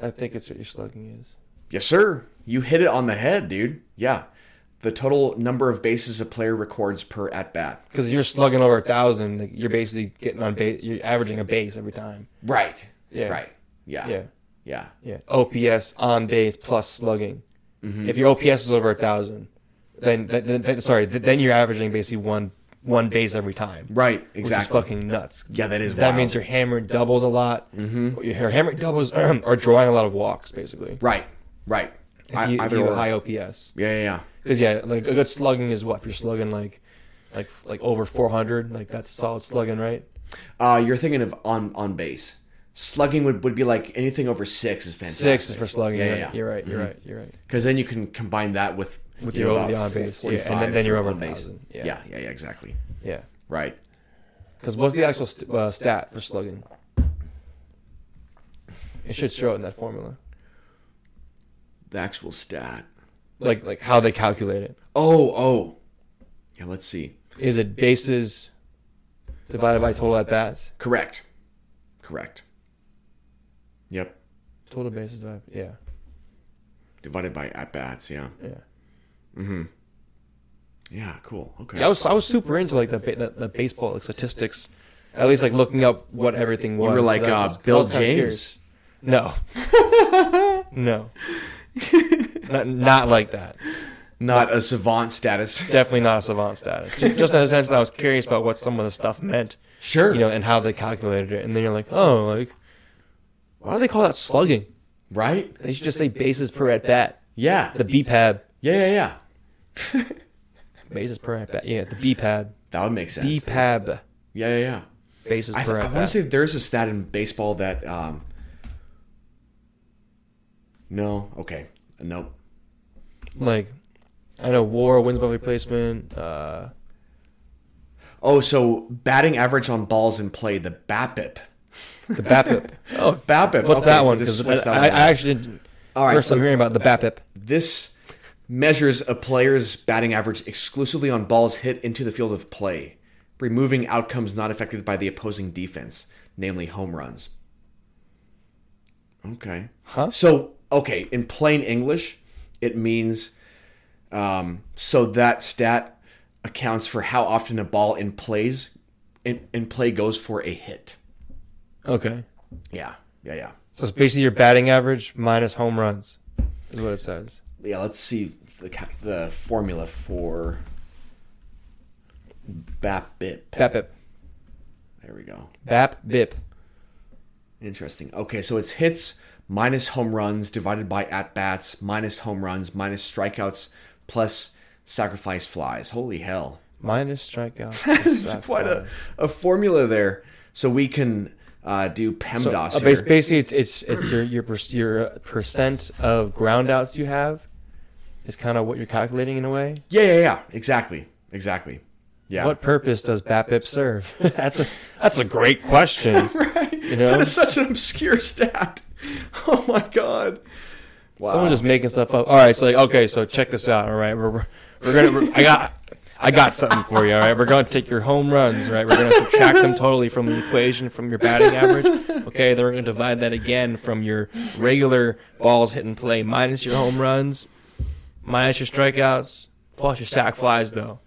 A: I think it's what your slugging is.
B: Yes, sir. You hit it on the head, dude. Yeah. The total number of bases a player records per at bat.
A: Because if you're slugging over a thousand, like, you're basically getting on base. You're averaging a base every time.
B: Right.
A: Yeah.
B: Right. Yeah.
A: Yeah,
B: Yeah.
A: yeah. OPS on base plus slugging.
B: Mm-hmm.
A: If your OPS is over a thousand, then, then, then, then- sorry, th- then you're averaging basically one one base every time.
B: Right.
A: Which is
B: Exactly.
A: fucking nuts.
B: Yeah, that is
A: That
B: wild.
A: means you're hammering doubles a lot. Mm-hmm. You're hammering doubles or drawing a lot of walks, basically.
B: Right, right. I,
A: If you, if
B: either
A: you have
B: or.
A: a high OPS.
B: yeah, yeah, yeah.
A: Because yeah, like a good slugging is what if you're slugging like, like like over 400, like that's solid slugging, right?
B: Uh, you're thinking of on on base. Slugging would, would be like anything over six is fantastic.
A: Six is for slugging.
B: Yeah,
A: right?
B: yeah, Mm-hmm. yeah.
A: You're right. You're right. You're right.
B: because then you can combine that with
A: With
B: you
A: your-
B: about
A: the on-base, yeah, and then-
B: 45
A: then you're
B: for
A: over
B: on-base.
A: 1,000,
B: Yeah.
A: yeah.
B: yeah, yeah, exactly.
A: Yeah.
B: Right.
A: Because what's the actual st- uh, stat for slugging? It should show it in that formula,
B: The actual stat.
A: like like how they calculate it.
B: Oh, oh. Yeah, let's see.
A: Is it bases divided by total at bats?
B: Correct. Correct. Yep.
A: Total bases, divided, yeah,
B: Divided by at bats. Yeah.
A: yeah.
B: Yeah. Cool. Okay.
A: Yeah, I was I was super into like the ba- the, the baseball like, statistics, at least like looking up what everything was.
B: were like,
A: 'cause I
B: uh,
A: was- 'cause I
B: Bill
A: was kinda
B: James.
A: curious. No, no, not, not like that.
B: Not a savant status.
A: Definitely not a savant status. Ju- Just in a sense that I was curious about what some of the stuff meant,
B: Sure.
A: you know, and how they calculated it. And then you're like, oh, like why do they call that slugging?
B: right.
A: They should just say bases per at bat.
B: Yeah.
A: The BPAB,
B: Yeah. Yeah. Yeah.
A: bases per at bat. Yeah, the BPAB,
B: That would make sense.
A: BPAB,
B: Yeah, yeah, yeah.
A: bases
B: I,
A: per at
B: want to
A: bat.
B: say there's a stat in baseball that. Um, no, okay, nope.
A: like I know war wins by replacement. Uh,
B: Oh, so batting average on balls in play, the BAPIP.
A: the BAPIP. oh,
B: BAPIP.
A: what's
B: okay,
A: that
B: so
A: one?
B: just
A: Because
B: switch
A: I, I
B: that one.
A: actually didn't.
B: All right,
A: first
B: so-
A: I'm hearing about the BAPIP.
B: this measures a player's batting average exclusively on balls hit into the field of play, removing outcomes not affected by the opposing defense, namely home runs. Okay.
A: Huh?
B: So, okay, in plain English, it means um, so that stat accounts for how often a ball in plays in, in play goes for a hit.
A: Okay,
B: Yeah, yeah, yeah.
A: So it's basically your batting average minus home runs, is what it says.
B: yeah, let's see the ca- the formula for BAPIP.
A: Bap bip.
B: There we go.
A: Bap bip.
B: Interesting. Okay, so it's hits minus home runs divided by at bats minus home runs minus strikeouts plus sacrifice flies. Holy hell!
A: Minus strikeout.
B: it's quite a, a formula there. So we can uh, do
A: So,
B: PEMDAS
A: uh,
B: here.
A: bas- basically, it's it's, it's your your, per- your uh, percent of ground outs you have is kind of what you're calculating in a way.
B: yeah, yeah, yeah. Exactly, exactly. Yeah.
A: What purpose does BAPIP serve? that's a that's a great question. You know,
B: That is such an obscure stat. Oh my god. Wow.
A: someone just making stuff up. All right, so like, okay, so check this out. All right, we're we're, we're gonna. We're, I got. I got something for you, all right? We're going to take your home runs, right? We're going to subtract them totally from the equation from your batting average, okay? Then we're going to divide that again from your regular balls hit and play minus your home runs, minus your strikeouts, plus your sack flies, though.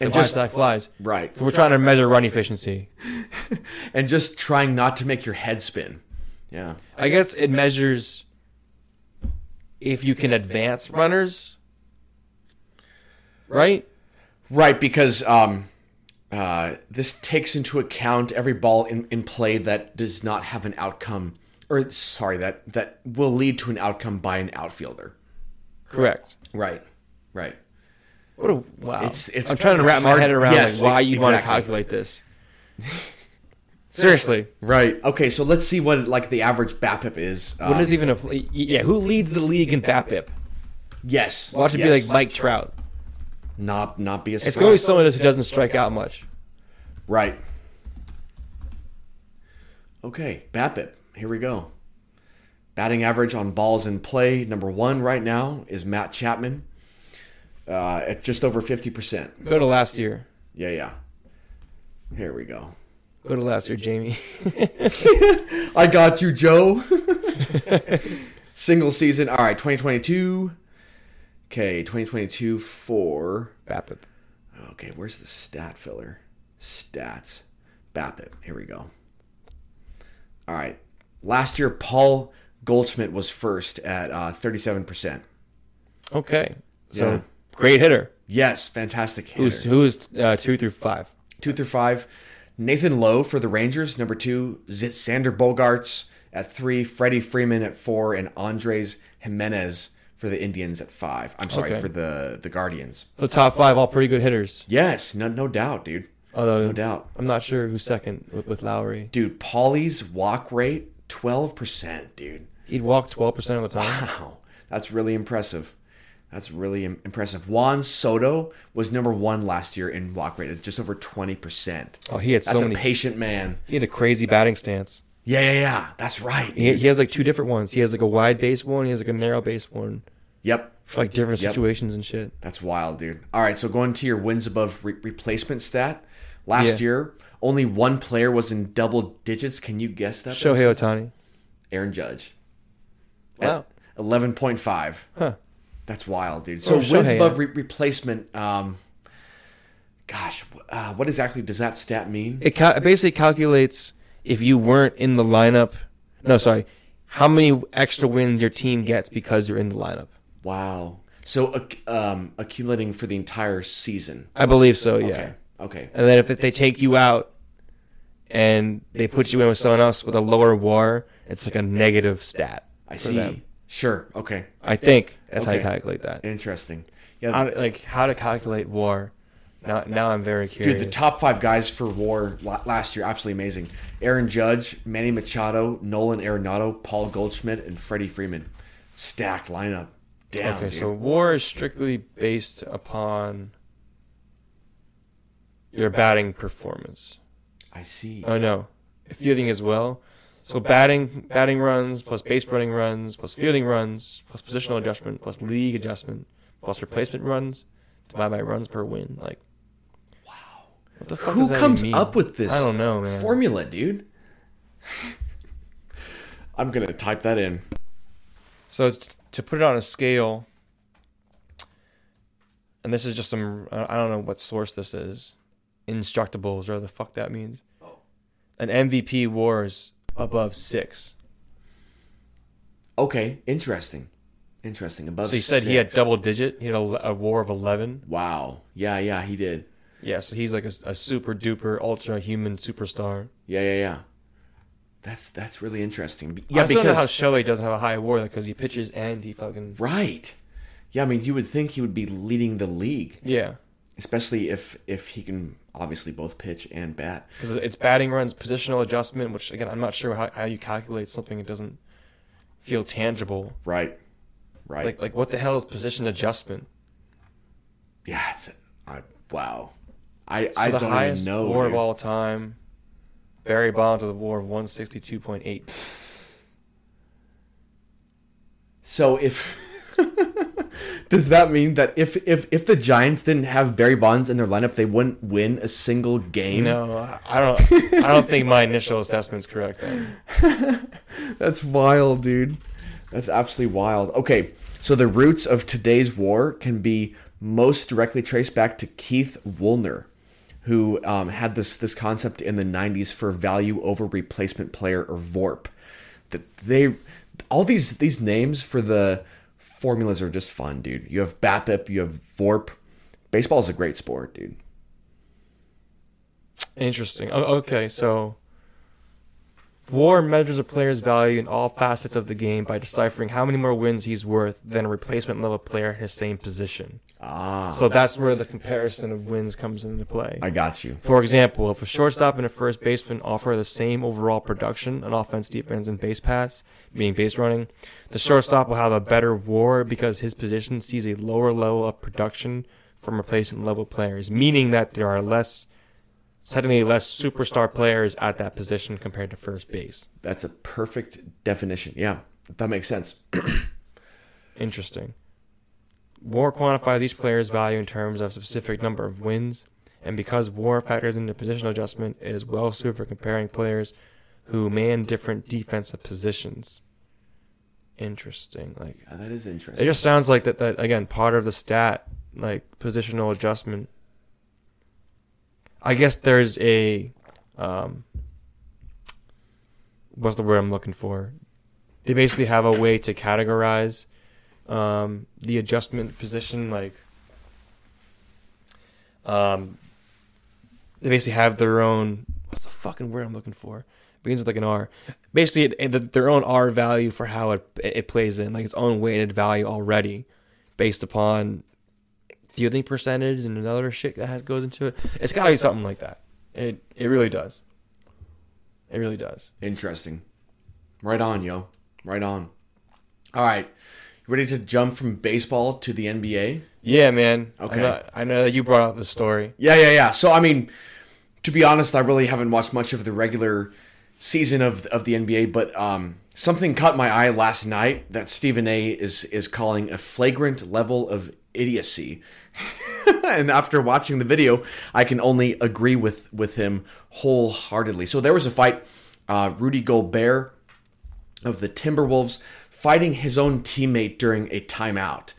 B: And
A: And
B: just-
A: just sack flies.
B: right.
A: We're trying to measure run efficiency.
B: and just trying not to make your head spin. Yeah.
A: I guess it measures if you can advance runners, right?
B: Right, because um, uh, this takes into account every ball in, in play that does not have an outcome, or sorry, that that will lead to an outcome by an outfielder.
A: Correct.
B: Right. Right.
A: What a wow!
B: It's- it's-
A: I'm trying to wrap
B: it's
A: my
B: hard-
A: head around
B: yes,
A: like, why you want to
B: exactly.
A: calculate this. Seriously,
B: Right. Okay, so let's see what like the average BAPIP is. Um,
A: what is even a y- yeah? Who leads the league in BAPIP?
B: Yes.
A: Watch it be
B: yes.
A: like Mike Trout.
B: not not be a
A: It's going to be someone who doesn't strike out much.
B: Right. Okay, BAPIP. Here we go. Batting average on balls in play, number one right now is Matt Chapman uh, at just over 50%.
A: Go to last year.
B: Yeah, yeah. Here we go.
A: Go to last year, Jamie.
B: I got you, Joe. Single season. All right, 2022. Okay, 2022 for.
A: BAPIP.
B: Okay, where's the stat filler? Stats. BAPIT. Here we go. All right. Last year, Paul Goldschmidt was first at uh, 37%.
A: Okay, so
B: Yeah.
A: great hitter.
B: Yes, fantastic hitter.
A: Who's who's uh, two through five?
B: Two through five. Nathan Lowe for the Rangers, number two. Z- Sander Bogarts at three. Freddie Freeman at four. And Andres Jimenez for the Indians at five. I'm sorry,
A: Okay.
B: for the, the Guardians.
A: The top five, all pretty good hitters.
B: Yes, no, no doubt, dude.
A: Although
B: No doubt.
A: I'm not sure who's second with, with Lowry.
B: Dude, Paulie's walk rate, 12%, dude.
A: He'd walk 12 percent of the time.
B: Wow, that's really impressive. That's really im- impressive. Juan Soto was number one last year in walk rate at just over 20%.
A: Oh, he had so
B: That's a
A: many.
B: patient man.
A: he had a crazy batting stance.
B: Yeah, yeah, yeah. That's right.
A: He, he has like two different ones. He has like a wide base one. He has like a narrow base one
B: Yep.
A: for like different
B: Yep.
A: situations and shit.
B: That's wild, dude. All right, so going to your wins above re- replacement stat. Last
A: Yeah.
B: year, only one player was in double digits. Can you guess that?
A: Shohei Otani.
B: Aaron Judge.
A: Wow.
B: Eleven point five.
A: Huh.
B: That's wild, dude. So
A: Oh, Shohei,
B: wins above
A: yeah.
B: re- replacement. Um, gosh, uh, what exactly does that stat mean?
A: It, cal- it basically calculates if you weren't in the lineup. No, sorry. How many extra wins your team gets because you're in the lineup?
B: Wow. So ac- um, accumulating for the entire season.
A: I believe so. Yeah.
B: Okay. Okay.
A: And then if, if they take you out and they put you in with someone else with a lower WAR, it's like a negative stat.
B: I
A: for
B: see.
A: them.
B: Sure. Okay.
A: I think that's how
B: Okay.
A: you calculate that.
B: Interesting. Yeah.
A: How to- like how to calculate WAR? Now, now I'm very
B: Dude,
A: curious.
B: the top five guys for WAR la- last year, absolutely amazing. Aaron Judge, Manny Machado, Nolan Arenado, Paul Goldschmidt, and Freddie Freeman. Stacked lineup. Damn.
A: okay,
B: dude.
A: so WAR is strictly based upon your batting performance.
B: I see.
A: Oh no, fielding as well. So batting, batting runs plus base running runs plus fielding runs plus positional adjustment plus league adjustment plus replacement runs divided by runs per win. Like, wow, what the fuck
B: Who
A: does that even
B: comes
A: mean?
B: up with this?
A: I don't know, man.
B: Formula, dude. I'm gonna type that in.
A: So it's to put it on a scale, and this is just some I don't know what source this Oh. is, Instructables or the fuck that means. An MVP war is above six.
B: Okay, interesting, interesting. Above.
A: So he said he had double digit. He had a, a WAR of eleven.
B: Wow. Yeah, yeah, he did.
A: Yeah, so he's like a, a super duper ultra human superstar.
B: Yeah, yeah, yeah. That's that's really interesting.
A: Yeah,
B: Yeah,
A: I still don't know how Shohei doesn't have a high WAR because he pitches and he fucking
B: right. Yeah, I mean, you would think he would be leading the league,
A: yeah.
B: especially if if he can obviously both pitch and bat.
A: Because it's batting runs, positional adjustment, which again I'm not sure how, how you calculate something that doesn't feel tangible.
B: Right. Right.
A: Like like what the hell is position adjustment?
B: yeah. It's, I, wow. I I
A: So the
B: don't
A: highest
B: even know.
A: WAR of
B: dude.
A: all time, Barry Bonds with a WAR of 162.8.
B: So if does that mean that if if if the Giants didn't have Barry Bonds in their lineup, they wouldn't win a single game?
A: No, I- I don't. I don't think my initial assessment's correct. Then.
B: That's wild, dude. That's absolutely wild. Okay, so the roots of today's war can be most directly traced back to Keith Woolner, who um, had this this concept in the '90s for value over replacement player or VORP. That they all these these names for the formulas are just fun, dude. You have BAPIP, you have VORP. Baseball is a great sport, dude.
A: Interesting. O- okay, so WAR measures a player's value in all facets of the game by deciphering how many more wins he's worth than a replacement level player in his same position.
B: Ah,
A: So Oh, that's where the comparison of wins comes into play.
B: I got you.
A: For example, if a shortstop and a first baseman offer the same overall production on offense, defense, and base paths, meaning base running, the shortstop will have a better war because his position sees a lower level of production from replacement level players, meaning that there are less, suddenly less superstar players at that position compared to first base.
B: That's a perfect definition. Yeah, that makes sense.
A: Interesting. War quantifies each player's value in terms of specific number of wins, and because war factors into positional adjustment, it is well suited for comparing players who man different defensive positions. Interesting. Like
B: Yeah, that is interesting.
A: it just sounds like that. That again, part of the stat, like positional adjustment. I guess there's a, um, what's the word I'm looking for? They basically have a way to categorize, um, the adjustment position. Like, um, they basically have their own. What's the fucking word I'm looking for? begins with like an R. Basically, it, it- their own R value for how it it plays in, like its own weighted value already, based upon fielding percentage and another shit that has, goes into it. It's got to be something like that. It it really does. It really does.
B: Interesting. Right on, yo. Right on. All right. You ready to jump from baseball to the NBA?
A: Yeah, man. I
B: Okay.
A: know, I know that you brought up the story.
B: Yeah, yeah, yeah. So I mean, to be honest, I really haven't watched much of the regular season of of the NBA, but um, something caught my eye last night that Stephen A. is is calling a flagrant level of idiocy. and after watching the video, I can only agree with with him wholeheartedly. So there was a fight, uh, Rudy Gobert of the Timberwolves fighting his own teammate during a timeout.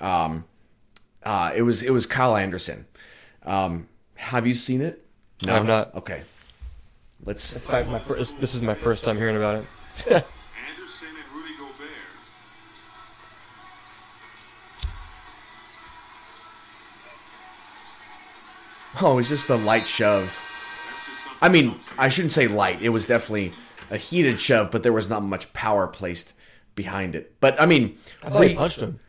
B: Um, Uh, it was it was Kyle Anderson. Um, have you seen it? No,
A: I've not.
B: Okay, let's.
A: In fact, my first, this is my first time hearing about it.
C: Anderson and Rudy Gobert.
B: Oh, it's just a light shove.
C: That's just something
B: I mean,
C: don't see.
B: I shouldn't say light. It was definitely a heated shove, but there was not much power placed behind it. But I mean,
A: I thought he
B: re-
A: punched him.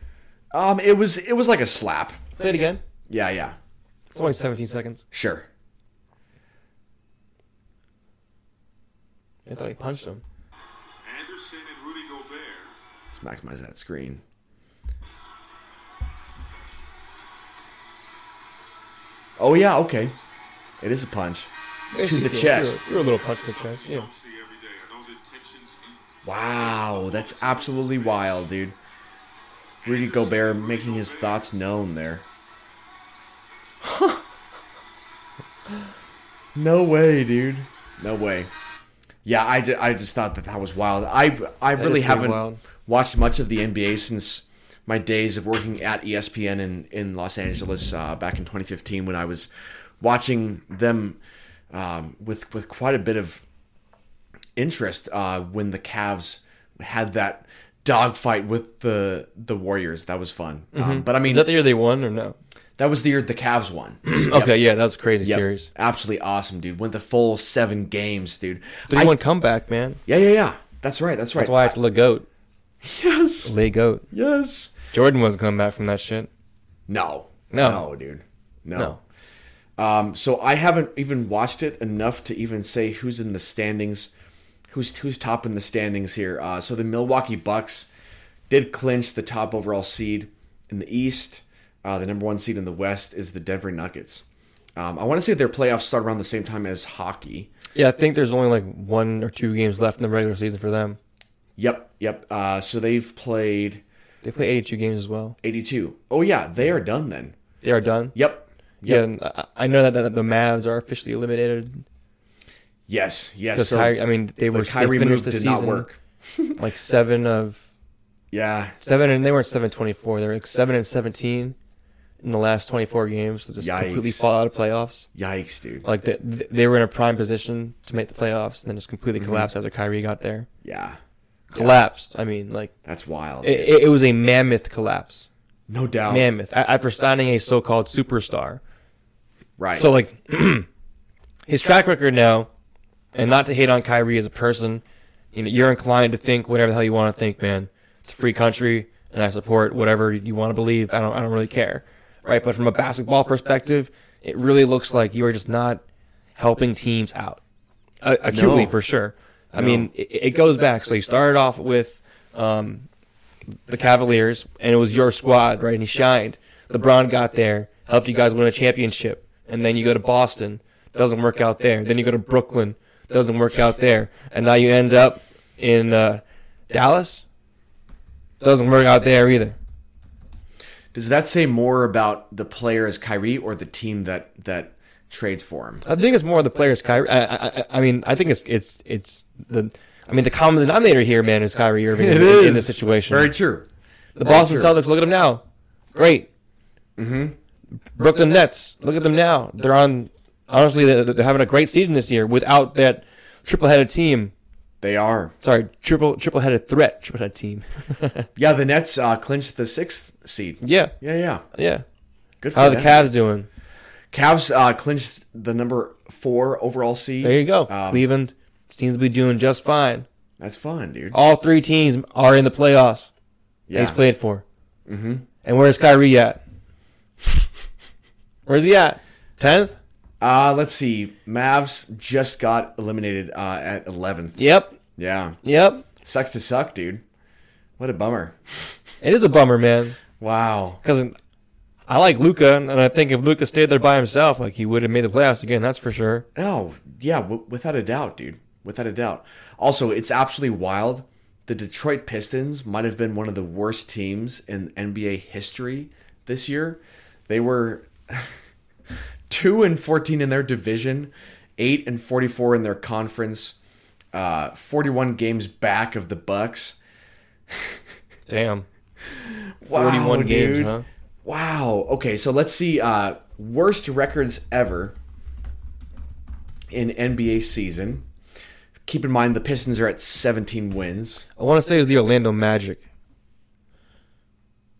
B: um, it was it was like a slap.
A: Play it again.
B: Yeah, yeah,
A: It's only 17 seconds.
B: sure.
A: I thought he punched him.
C: Anderson and Rudy Gobert.
B: Let's maximize that screen. Oh yeah, okay. It is a punch.
A: Basically,
B: the
A: you're-
B: chest.
A: You're, you're a little punch to the chest. Yeah.
C: Don't see every day. I know the intentions. in-
B: Wow, that's absolutely wild, dude. Rudy Gobert making his thoughts known there. no way, dude. No way. Yeah, I, ju- I just thought that that was wild. I I really
A: pretty
B: haven't
A: wild.
B: watched much of the NBA since my days of working at E ESPN in, in Los Angeles uh, back in 2015 when I was watching them um, with with quite a bit of interest uh, when the Cavs had that dogfight with the the Warriors. That was fun.
A: Mm-hmm.
B: Um, but I mean,
A: Is that the year they won or no?
B: that was the year the Cavs won.
A: Okay, yeah, that was a crazy
B: Yep.
A: series.
B: Absolutely awesome, dude. Went the full seven games, dude. I-
A: 3 1 comeback, man.
B: yeah, yeah, yeah. That's right. That's right.
A: That's why it's Le Goat.
B: yes.
A: Le Goat.
B: Yes.
A: Jordan wasn't coming back from that shit.
B: No.
A: No.
B: No, dude. No. Um, so I haven't even watched it enough to even say who's in the standings, who's who's top in the standings here. Uh, so the Milwaukee Bucks did clinch the top overall seed in the East. Uh, the number one seed in the West is the Denver Nuggets. Um, I want to say their playoffs start around the same time as hockey.
A: Yeah, I think there's only like one or two games left in the regular season for them.
B: Yep, yep. Uh, so they've played
A: They play 82 games as well.
B: 82. Oh yeah, they are done then.
A: They are done.
B: Yep.
A: Yeah, and I, I know that, that the Mavs are officially eliminated.
B: Yes. Yes.
A: Because
B: So
A: Kyrie, I mean, they
B: the
A: were still
B: Kyrie move
A: finished the
B: did
A: season
B: not work.
A: like seven of
B: Yeah.
A: seven, and they weren't seven twenty four. They were like seven and seventeen in the last twenty four games. So just completely
B: Yikes.
A: fall out of playoffs.
B: Yikes, dude.
A: Like they, they were in a prime position to make the playoffs, and then just completely collapsed after Kyrie got there.
B: Yeah.
A: Collapsed. I mean, like
B: That's wild.
A: it, it, it was a mammoth collapse.
B: no doubt.
A: Mammoth. a- After signing a so called superstar.
B: Right.
A: So like his track record now, and not to hate on Kyrie as a person, you know, you're inclined to think whatever the hell you want to think, man. It's a free country, and I support whatever you want to believe. I don't, I don't really care, right? But from a basketball perspective, it really looks like you are just not helping teams out uh, acutely
B: No.
A: for sure. I mean, it, it goes back. So you started off with um, the Cavaliers, and it was your squad, right? And he shined. LeBron got there, helped you guys win a championship, and then you go to Boston, doesn't work out there. Then you go to Brooklyn, doesn't work out there, and now you end up in uh, Dallas, doesn't work out there either.
B: does that say more about the player as Kyrie or the team that that trades for him?
A: I think it's more the players. Kyrie. I, I, I- I mean, I think it's it's it's the. I mean, the common denominator here, man, is Kyrie Irving in, in this situation.
B: Very true.
A: The Boston
B: true.
A: Celtics, look at them now. Great. Mm-hmm. Brooklyn Nets, look at them now. They're on. Honestly, they're, they're having a great season this year without that triple-headed team.
B: They are.
A: Sorry, triple triple-headed threat, triple-headed team.
B: Yeah, the Nets uh, clinched the sixth seed.
A: yeah,
B: Yeah, yeah.
A: yeah.
B: Good for
A: How are the
B: them.
A: Cavs doing?
B: Cavs uh, clinched the number four overall seed.
A: There you go.
B: Um,
A: Cleveland seems to be doing just fine.
B: That's fun, dude.
A: All three teams are in the playoffs. that
B: Yeah.
A: He's played for. Mm-hmm. And where's Kyrie at? Where's he at? Tenth.
B: Uh, let's see. Mavs just got eliminated uh, at 11th.
A: Yep.
B: Yeah.
A: Yep.
B: Sucks to suck, dude. What a bummer.
A: It is a bummer, man.
B: Wow.
A: because I like Luca, and I think if Luca stayed there by himself, like he would have made the playoffs again. That's for sure.
B: Oh, yeah, w- without a doubt, dude. Without a doubt. Also, it's absolutely wild. The Detroit Pistons might have been one of the worst teams in NBA history this year. They were 2 and 14 in their division, 8 and 44 in their conference, uh, 41 games back of the Bucks.
A: Damn,
B: Wow,
A: forty-one games,
B: dude.
A: huh?
B: Wow. Okay, so let's see uh, worst records ever in NBA season. Keep in mind the Pistons are at 17 wins.
A: I want to say it was the Orlando Magic.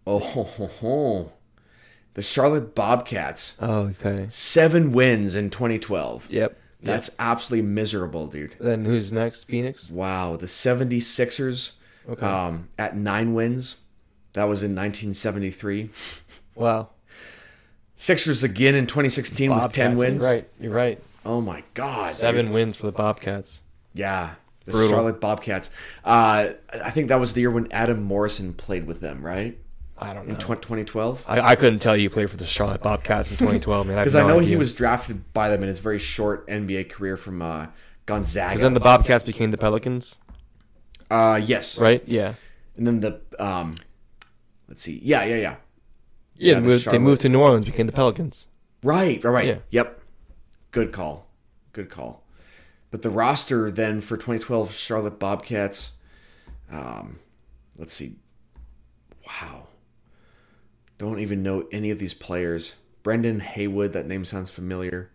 B: Oh, ho, ho, ho. Oh, the Charlotte Bobcats
A: Oh, okay.
B: seven wins in 2012.
A: Yep.
B: That's absolutely miserable, dude.
A: Then who's next? Phoenix.
B: Wow, the 76ers
A: Okay.
B: um, at nine wins. That was in 1973.
A: Wow.
B: Sixers again in 2016 with 10
A: Bobcats,
B: wins.
A: You're right. You're right.
B: Oh my God. dude.
A: Seven wins for the Bobcats.
B: Yeah. The
A: Brutal.
B: Charlotte Bobcats. Uh, I think that was the year when Adam Morrison played with them, right?
A: I don't
B: In
A: know.
B: tw- 2012?
A: I, I couldn't tell you he played for the Charlotte Bobcats in 2012, man.
B: Because I know he was drafted by them in his very short NBA career from uh, Gonzaga.
A: Because then the Bobcats became the Pelicans,
B: uh, yes.
A: right? Yeah.
B: And then the, um, let's see. Yeah, yeah, yeah.
A: Yeah. they,
B: the
A: moved, they
B: Charlotte-
A: moved to New Orleans, became the Pelicans.
B: Right, right, right.
A: Yeah.
B: Yep. Good call. Good call. But the roster then for 2012 Charlotte Bobcats, um, let's see. Wow. Don't even know any of these players. Brendan Haywood, that name sounds familiar.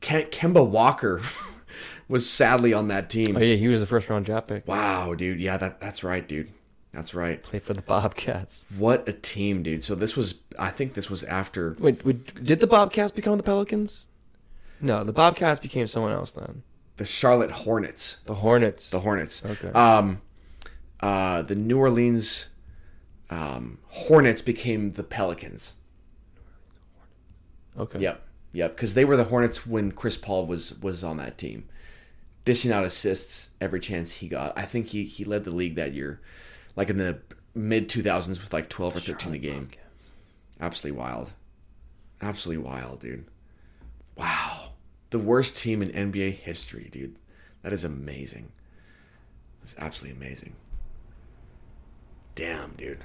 B: Ken- Kemba Walker was sadly on that team.
A: Oh, yeah, he was the first round draft pick.
B: Wow, dude. Yeah, that that's right, dude. That's right.
A: Played for the Bobcats.
B: What a team, dude. So this was I think this was after
A: Wait, wait, did the Bobcats become the Pelicans? No, the Bobcats became someone else then.
B: the Charlotte Hornets.
A: The Hornets.
B: The Hornets.
A: Okay.
B: Um uh the New Orleans um Hornets became the Pelicans.
A: okay.
B: Yep. Yep, cuz they were the Hornets when Chris Paul was was on that team. Dishing out assists every chance he got. I think he he led the league that year like in the mid 2000s with like 12 or 13 a game.
A: Bobcats.
B: Absolutely wild. Absolutely wild, dude. Wow. The worst team in NBA history, dude. That is amazing. That's absolutely amazing. Damn, dude.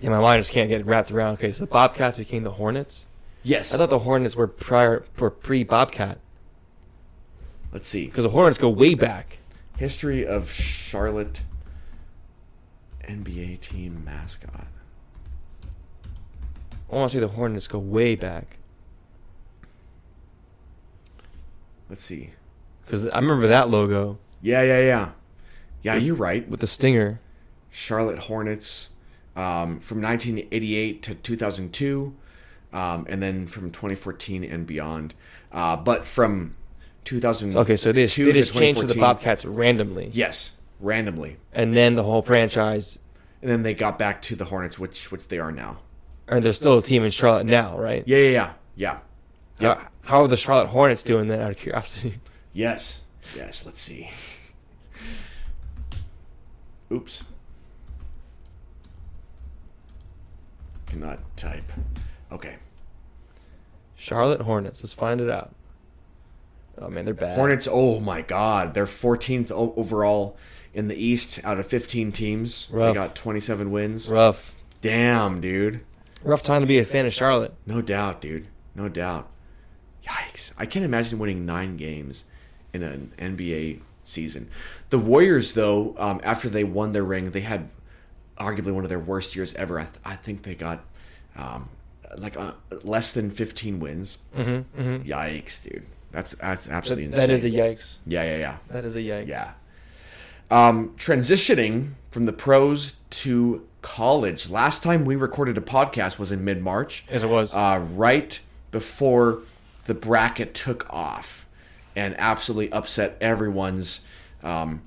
A: Yeah, my mind just can't get wrapped around. Okay, so the Bobcats became the Hornets.
B: Yes.
A: I thought the Hornets were prior were pre Bobcat
B: Let's see.
A: because the Hornets go way back.
B: History of Charlotte NBA team mascot.
A: I want to say the Hornets go way back
B: Let's see.
A: because I remember that logo
B: Yeah, yeah, yeah. Yeah, you're right.
A: with the stinger.
B: Charlotte Hornets um, from 1988 to 2002, um, and then from 2014 and beyond. Uh, but from 2000,
A: Okay, so they just,
B: Two
A: they
B: to
A: just changed to the
B: 2014.
A: Bobcats randomly,
B: yes, randomly,
A: and then the whole franchise,
B: and then they got back to the Hornets, which which they are now.
A: and there's still a team in Charlotte now, right?
B: Yeah, yeah, yeah, yeah.
A: Yeah. How, how are the Charlotte Hornets doing then? Out of curiosity.
B: Yes, yes. Let's see. Oops. Cannot type. Okay.
A: Charlotte Hornets. Let's find it out. Oh man, they're bad.
B: Hornets, oh my God, they're 14th o- overall in the East out of 15 teams. They
A: Rough.
B: got 27 wins.
A: Rough.
B: Damn, dude.
A: Rough time to be a fan of Charlotte.
B: No doubt, dude. No doubt. Yikes. I can't imagine winning nine games in an NBA season. The Warriors, though, um, after they won their ring, they had arguably one of their worst years ever. I, th- I think they got um, like uh, less than 15 wins. Mm-hmm, Yikes, dude. That's that's absolutely
A: That-
B: insane.
A: that is a yikes.
B: yeah, yeah, yeah.
A: That is a yikes.
B: Yeah. Um, transitioning from the pros to college. Last time we recorded a podcast was in mid March.
A: Yes, it was.
B: Uh, right before the bracket took off and absolutely upset everyone's um,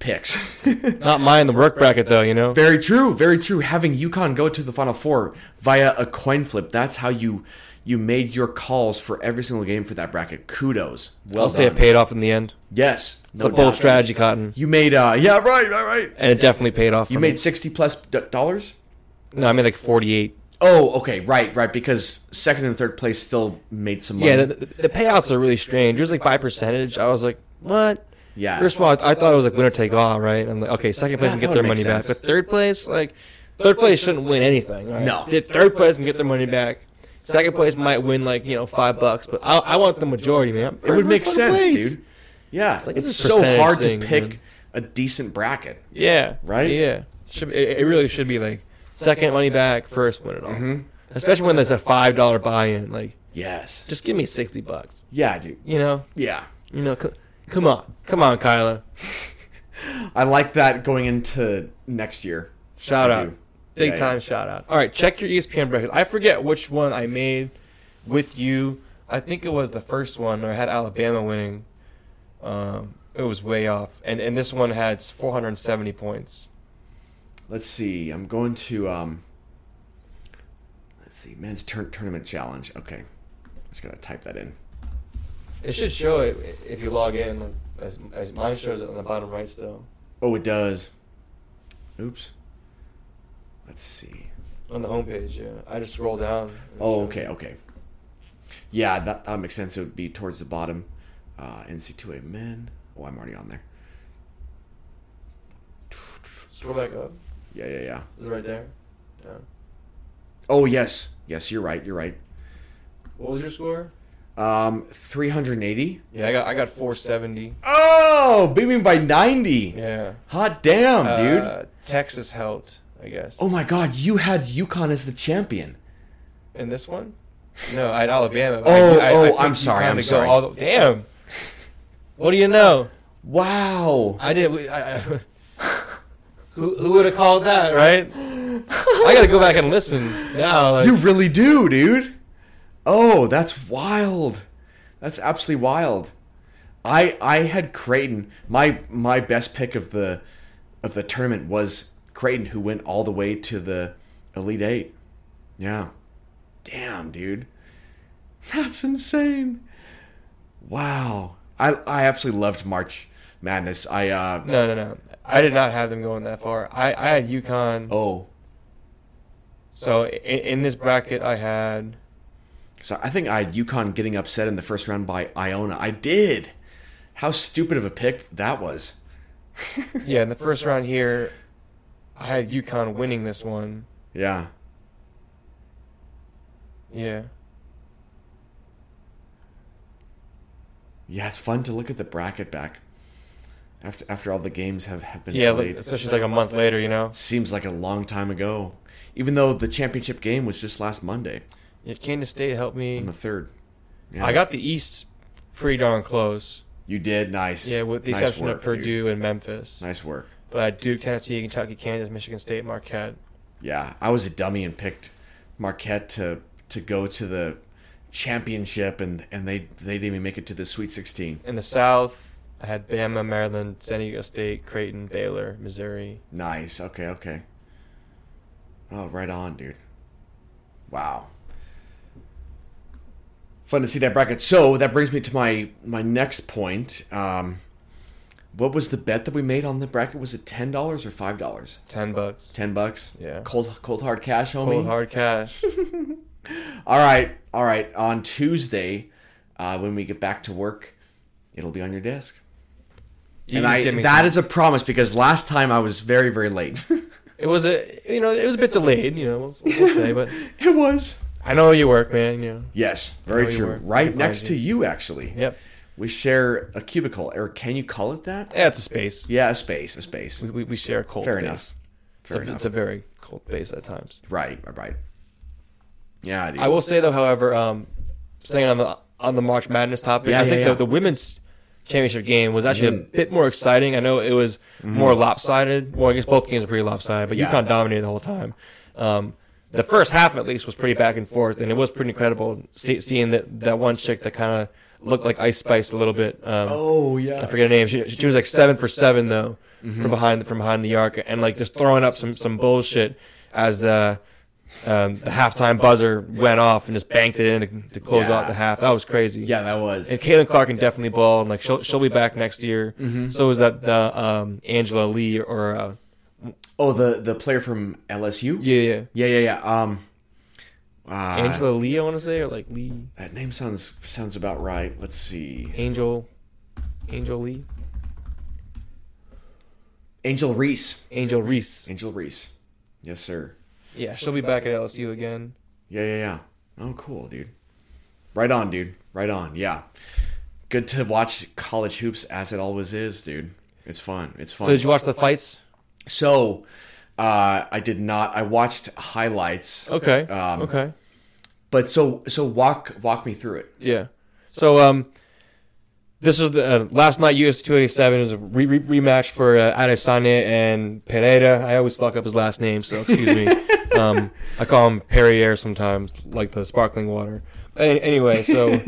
B: picks.
A: Not mine. The work bracket though, you know.
B: very true. Very true. Having UConn go to the Final Four via a coin flip. That's how you. You made your calls for every single game for that bracket. Kudos. Well
A: I'll say it
B: done.
A: paid off in the end.
B: Yes.
A: It's a
B: no
A: bold
B: doubt.
A: strategy, Cotton,
B: You made uh yeah, right, right, right.
A: and it definitely paid off.
B: You made sixty plus d- dollars.
A: no, I made like forty-eight.
B: Oh, okay, right, right. Because second and third place still made some money.
A: Yeah, the, the the payouts are really strange. It was like by percentage. I was like, what?
B: Yeah.
A: First of all, I, I thought it was like winner take all, right? I'm like, okay, second place
B: Yeah,
A: can
B: that
A: get their
B: would
A: money
B: make
A: back,
B: sense.
A: but third place, like, third place shouldn't win anything. Right?
B: No.
A: The third place can get their money back. Second place might win like you know five bucks, but I, I want the majority, man.
B: it would make sense, dude. Yeah, it's,
A: like this
B: so
A: percentage
B: hard
A: thing,
B: to pick
A: man.
B: a decent bracket.
A: Yeah.
B: Right?
A: Yeah. Should be, it it really should be like second money back, first win it all.
B: Mm-hmm.
A: Especially when there's a five dollar buy in. Like,
B: Yes.
A: just give me sixty bucks.
B: Yeah, dude.
A: You know.
B: Yeah,
A: You know. C- come on, come on, Kyla.
B: I like that going into next year.
A: Shout
B: I
A: out.
B: do.
A: Big
B: Yeah,
A: time shout out. All right, check your E ESPN brackets. I forget which one I made with you. I think it was the first one where I had Alabama winning. Um, it was way off, and and this one had 470 points.
B: Let's see. I'm going to um. Let's see, men's turn tournament challenge. Okay, just gotta type that in.
A: It should show it if you log in, like, as as mine shows it on the bottom right still.
B: Oh, it does. Oops. Let's see.
A: On the homepage, yeah. I just scroll down.
B: Oh, okay, okay. Yeah, that, that makes sense. It would be towards the bottom. Uh, NC2A men. Oh, I'm already on there.
A: Scroll back up.
B: Yeah, yeah, yeah.
A: Is it right there? Yeah.
B: Oh, yes. Yes, you're right. You're right.
A: What was your score?
B: Um, 380.
A: Yeah, I got I got 470.
B: Oh, beaming by 90.
A: Yeah.
B: Hot damn, dude.
A: Uh, Texas helped, I guess.
B: Oh my god, you had UConn as the champion.
A: In this one? No, I had Alabama.
B: Oh,
A: I, I,
B: oh,
A: picked
B: I'm
A: UConn
B: sorry, I'm
A: to go
B: sorry.
A: the- damn. What do you know?
B: Wow.
A: I did. we- I, I, who who would have called that, right? I got to go back and listen now. like-
B: You really do, dude. Oh, that's wild. That's absolutely wild. I I had Creighton. My my best pick of the of the tournament was Creighton, who went all the way to the Elite Eight. Yeah. Damn, dude. That's insane. Wow. I I absolutely loved March Madness. I uh
A: no, no, no. I did not have them going that far. I, I had UConn.
B: oh.
A: So in, in this bracket, I had.
B: So I think I had UConn getting upset in the first round by Iona. I did. How stupid of a pick that was.
A: Yeah, in the first round here, I had UConn winning this one.
B: Yeah.
A: Yeah.
B: Yeah, it's fun to look at the bracket back after after all the games have, have been
A: Yeah, like,
B: played.
A: especially like a month later, you know?
B: Seems like a long time ago. Even though the championship game was just last Monday
A: Yeah, Kansas State helped
B: on
A: me.
B: the third. Yeah.
A: I got the East pretty darn close.
B: you did nice.
A: Yeah, with the
B: Nice
A: exception
B: work,
A: of
B: dude.
A: Purdue and Memphis.
B: Nice work.
A: But I had Duke, Tennessee, Kentucky, Kansas, Michigan State, Marquette.
B: Yeah, I was a dummy and picked Marquette to to go to the championship, and and they they didn't even make it to the Sweet Sixteen.
A: In the South, I had Bama, Maryland, San Diego State, Creighton, Baylor, Missouri.
B: Nice. Okay. Okay. Oh, right on, dude. Wow. Fun to see that bracket. So that brings me to my my next point. Um, what was the bet that we made on the bracket? Was it ten dollars or five dollars?
A: Ten bucks.
B: Ten bucks.
A: Yeah.
B: Cold cold hard cash, homie.
A: Cold hard cash.
B: All right. All right. On Tuesday, uh, when we get back to work, it'll be on your desk.
A: You
B: and
A: just
B: I
A: give me
B: that
A: some-
B: is a promise because last time I was very very late.
A: it was a you know it was a bit delayed you know we'll, we'll say but
B: it was.
A: I know you work man you know
B: Yes, very
A: know you
B: true.
A: were.
B: Right
A: Surprised
B: next
A: you.
B: to you, actually.
A: yep
B: We share a cubicle, or can you call it that?
A: yeah it's a space
B: Yeah, a space, a space.
A: we, we, we share a cold
B: Fair
A: base.
B: enough.
A: it's,
B: Fair
A: a,
B: enough.
A: it's a very cold base at times
B: Right, right, right. Yeah, dude.
A: I will say though however um staying on the on the March Madness topic
B: Yeah,
A: I
B: yeah,
A: think
B: yeah. Mm-hmm.
A: The, the women's championship game was actually a bit more exciting I know it was more lopsided well I guess both games were pretty lopsided but
B: Yeah.
A: UConn dominated the whole time um the first half at least was pretty back and forth and it was pretty incredible see, seeing that that one chick that kind of looked like Ice Spice a little bit um,
B: Oh yeah.
A: I forget her name. She, she was like seven for seven though, from behind from behind the arc, and like just throwing up some some bullshit as the um, the halftime buzzer went off and just banked it in to, to close
B: Yeah.
A: out the half. That was crazy.
B: Yeah, that was.
A: And Caitlin Clark can definitely ball, and like she'll she'll be back next year. So is that the um, Angela Lee or uh,
B: oh, the the player from LSU.
A: yeah yeah
B: yeah, yeah. yeah. Um, uh,
A: Angela Lee I want to say or like Lee
B: That name sounds sounds about right. Let's see.
A: Angel Angel Lee
B: Angel Reese.
A: Angel Reese.
B: Angel Reese. Yes, sir.
A: Yeah, she'll be back at LSU again.
B: Yeah, yeah, yeah. Oh, cool, dude. Right on, dude. Right on. Yeah. Good to watch college hoops as it always is, dude. It's fun. It's fun.
A: So did you watch the fights?
B: So, uh, I did not. I watched highlights,
A: Okay.
B: Um,
A: okay.
B: but so so walk walk me through it.
A: Yeah. So um, this was the uh, last night UFC 287 was a re- re- rematch for uh, Adesanya and Pereira. I always fuck up his last name, so excuse me. um, I call him Perrier sometimes, like the sparkling water. Any- anyway, so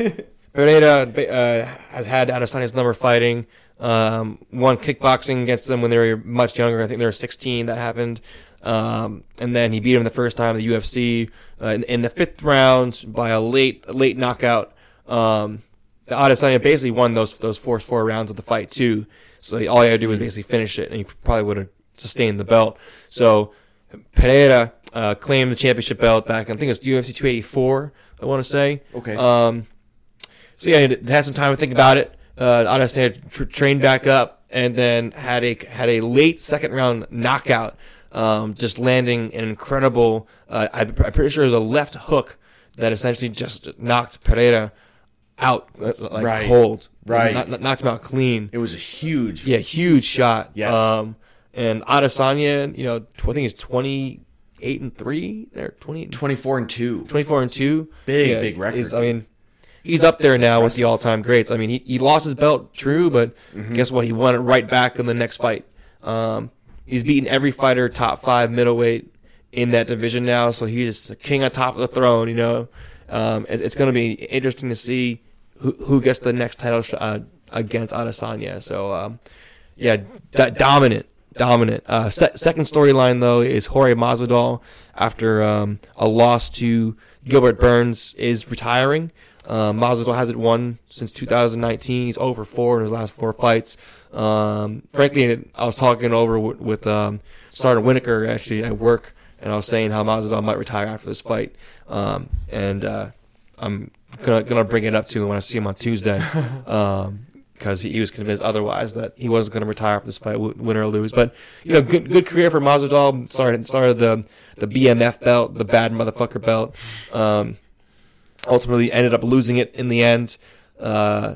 A: Pereira uh, has had Adesanya's number fighting. Um, won kickboxing against them when they were much younger. I think they were 16. That happened. Um, and then he beat him the first time in the UFC uh, in, in the fifth round by a late late knockout. Um, the Adesanya basically won those those first four rounds of the fight too. So all he had to do was basically finish it, and he probably would have sustained the belt. So Pereira uh, claimed the championship belt back. I think it's UFC 284. I want to say.
B: Okay.
A: Um, so yeah, they had some time to think about it. Uh, Adesanya tr- trained back up and then had a had a late second round knockout, um, just landing an incredible. Uh, I, I'm pretty sure it was a left hook that essentially just knocked Pereira out uh, like
B: Right.
A: cold.
B: Right.
A: Kno- kno- knocked him out clean.
B: It was a huge.
A: Yeah, huge shot.
B: Yes.
A: Um, and Adesanya, you know, tw- I think he's twenty eight and three or twenty eight and
B: 24 and 2.
A: 24 and 2
B: Big, big record.
A: is- i mean he's up there now with the all time greats. I mean, he, he lost his belt, true, but
B: Mm-hmm.
A: guess what? He won it right back in the next fight. Um, he's beaten every fighter top five middleweight in that division now, so he's the king on top of the throne. You know, um, it, it's going to be interesting to see who who gets the next title shot uh, against Adesanya. So, um, yeah, d- dominant. Dominant. Uh, se- second storyline though is Jorge Masvidal after um, a loss to Gilbert Burns is retiring. Uh, Masvidal hasn't won since 2019. He's over four in his last four fights. Um, frankly, I was talking over with, with um, Sergeant Whitaker actually at work, and I was saying how Masvidal might retire after this fight. Um, and uh, I'm gonna gonna bring it up to him when I see him on Tuesday, because he, he was convinced otherwise that he wasn't gonna retire after this fight, w- win or lose. But you know, good good career for Masvidal. Sorry, sorry the the BMF belt, the bad motherfucker belt. Um, ultimately ended up losing it in the end. Uh,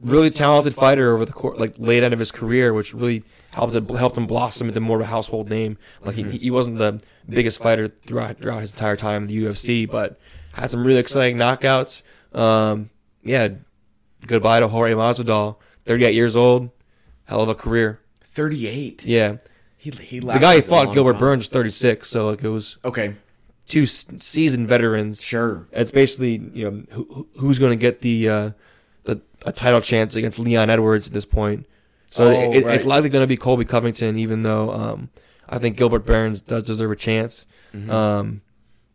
A: really talented fighter over the cour like late end of his career, which really helped it, helped him blossom into more of a household name. Like he, he wasn't the biggest fighter throughout throughout his entire time in the UFC, but had some really exciting knockouts. Um, yeah, goodbye to Jorge Masvidal, 38 years old, hell of a career.
B: 38.
A: Yeah,
B: He, he
A: the guy who fought Gilbert Burns was 36, so like it was
B: Okay,
A: two s- seasoned veterans.
B: sure.
A: It's basically you know who, who- who's going to get the, uh, the a title chance against Leon Edwards at this point. So
B: Oh,
A: it, it-
B: right.
A: it's likely going to be Colby Covington, even though um, I think Gilbert Burns does deserve a chance.
B: Mm-hmm.
A: Um,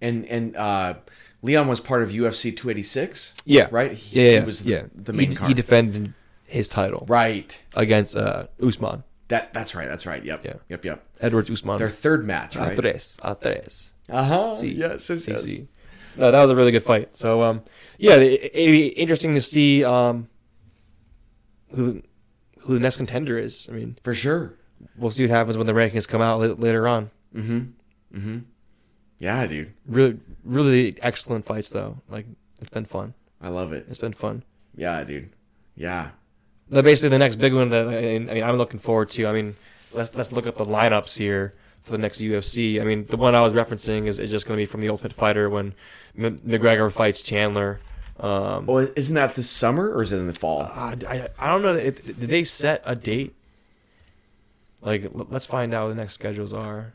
B: And and uh, Leon was part of UFC 286.
A: yeah,
B: Right.
A: Yeah, yeah,
B: He was the,
A: yeah.
B: the
A: He-
B: main
A: he,
B: card.
A: defended his title
B: right.
A: against uh, Usman
B: That that's right. That's right. Yep.
A: Yeah.
B: Yep. Yep.
A: Edwards Usman.
B: Their third match,
A: a
B: right?
A: tres, a tres.
B: Uh huh.
A: See.
B: Yes. Yes.
A: See,
B: yes.
A: see. No, that was a really good fight. So, um, yeah, it, it'd be interesting to see um, who who the next contender is. I mean,
B: For sure.
A: we'll see what happens when the rankings come out la- later on.
B: Yeah, dude.
A: Really, really excellent fights though. Like it's been fun.
B: I love it.
A: It's been fun.
B: Yeah, dude. Yeah.
A: But basically, the next big one that I, I mean, I'm looking forward to. I mean, let's let's look up the lineups here for the next UFC. I mean, the one I was referencing is, is just going to be from the Ultimate Fighter when M- McGregor fights Chandler. Um,
B: Well, Oh, isn't that this summer or is it in the fall?
A: Uh, d- I, I don't know. If, did they set a date? Like, l- let's find out what the next schedules are.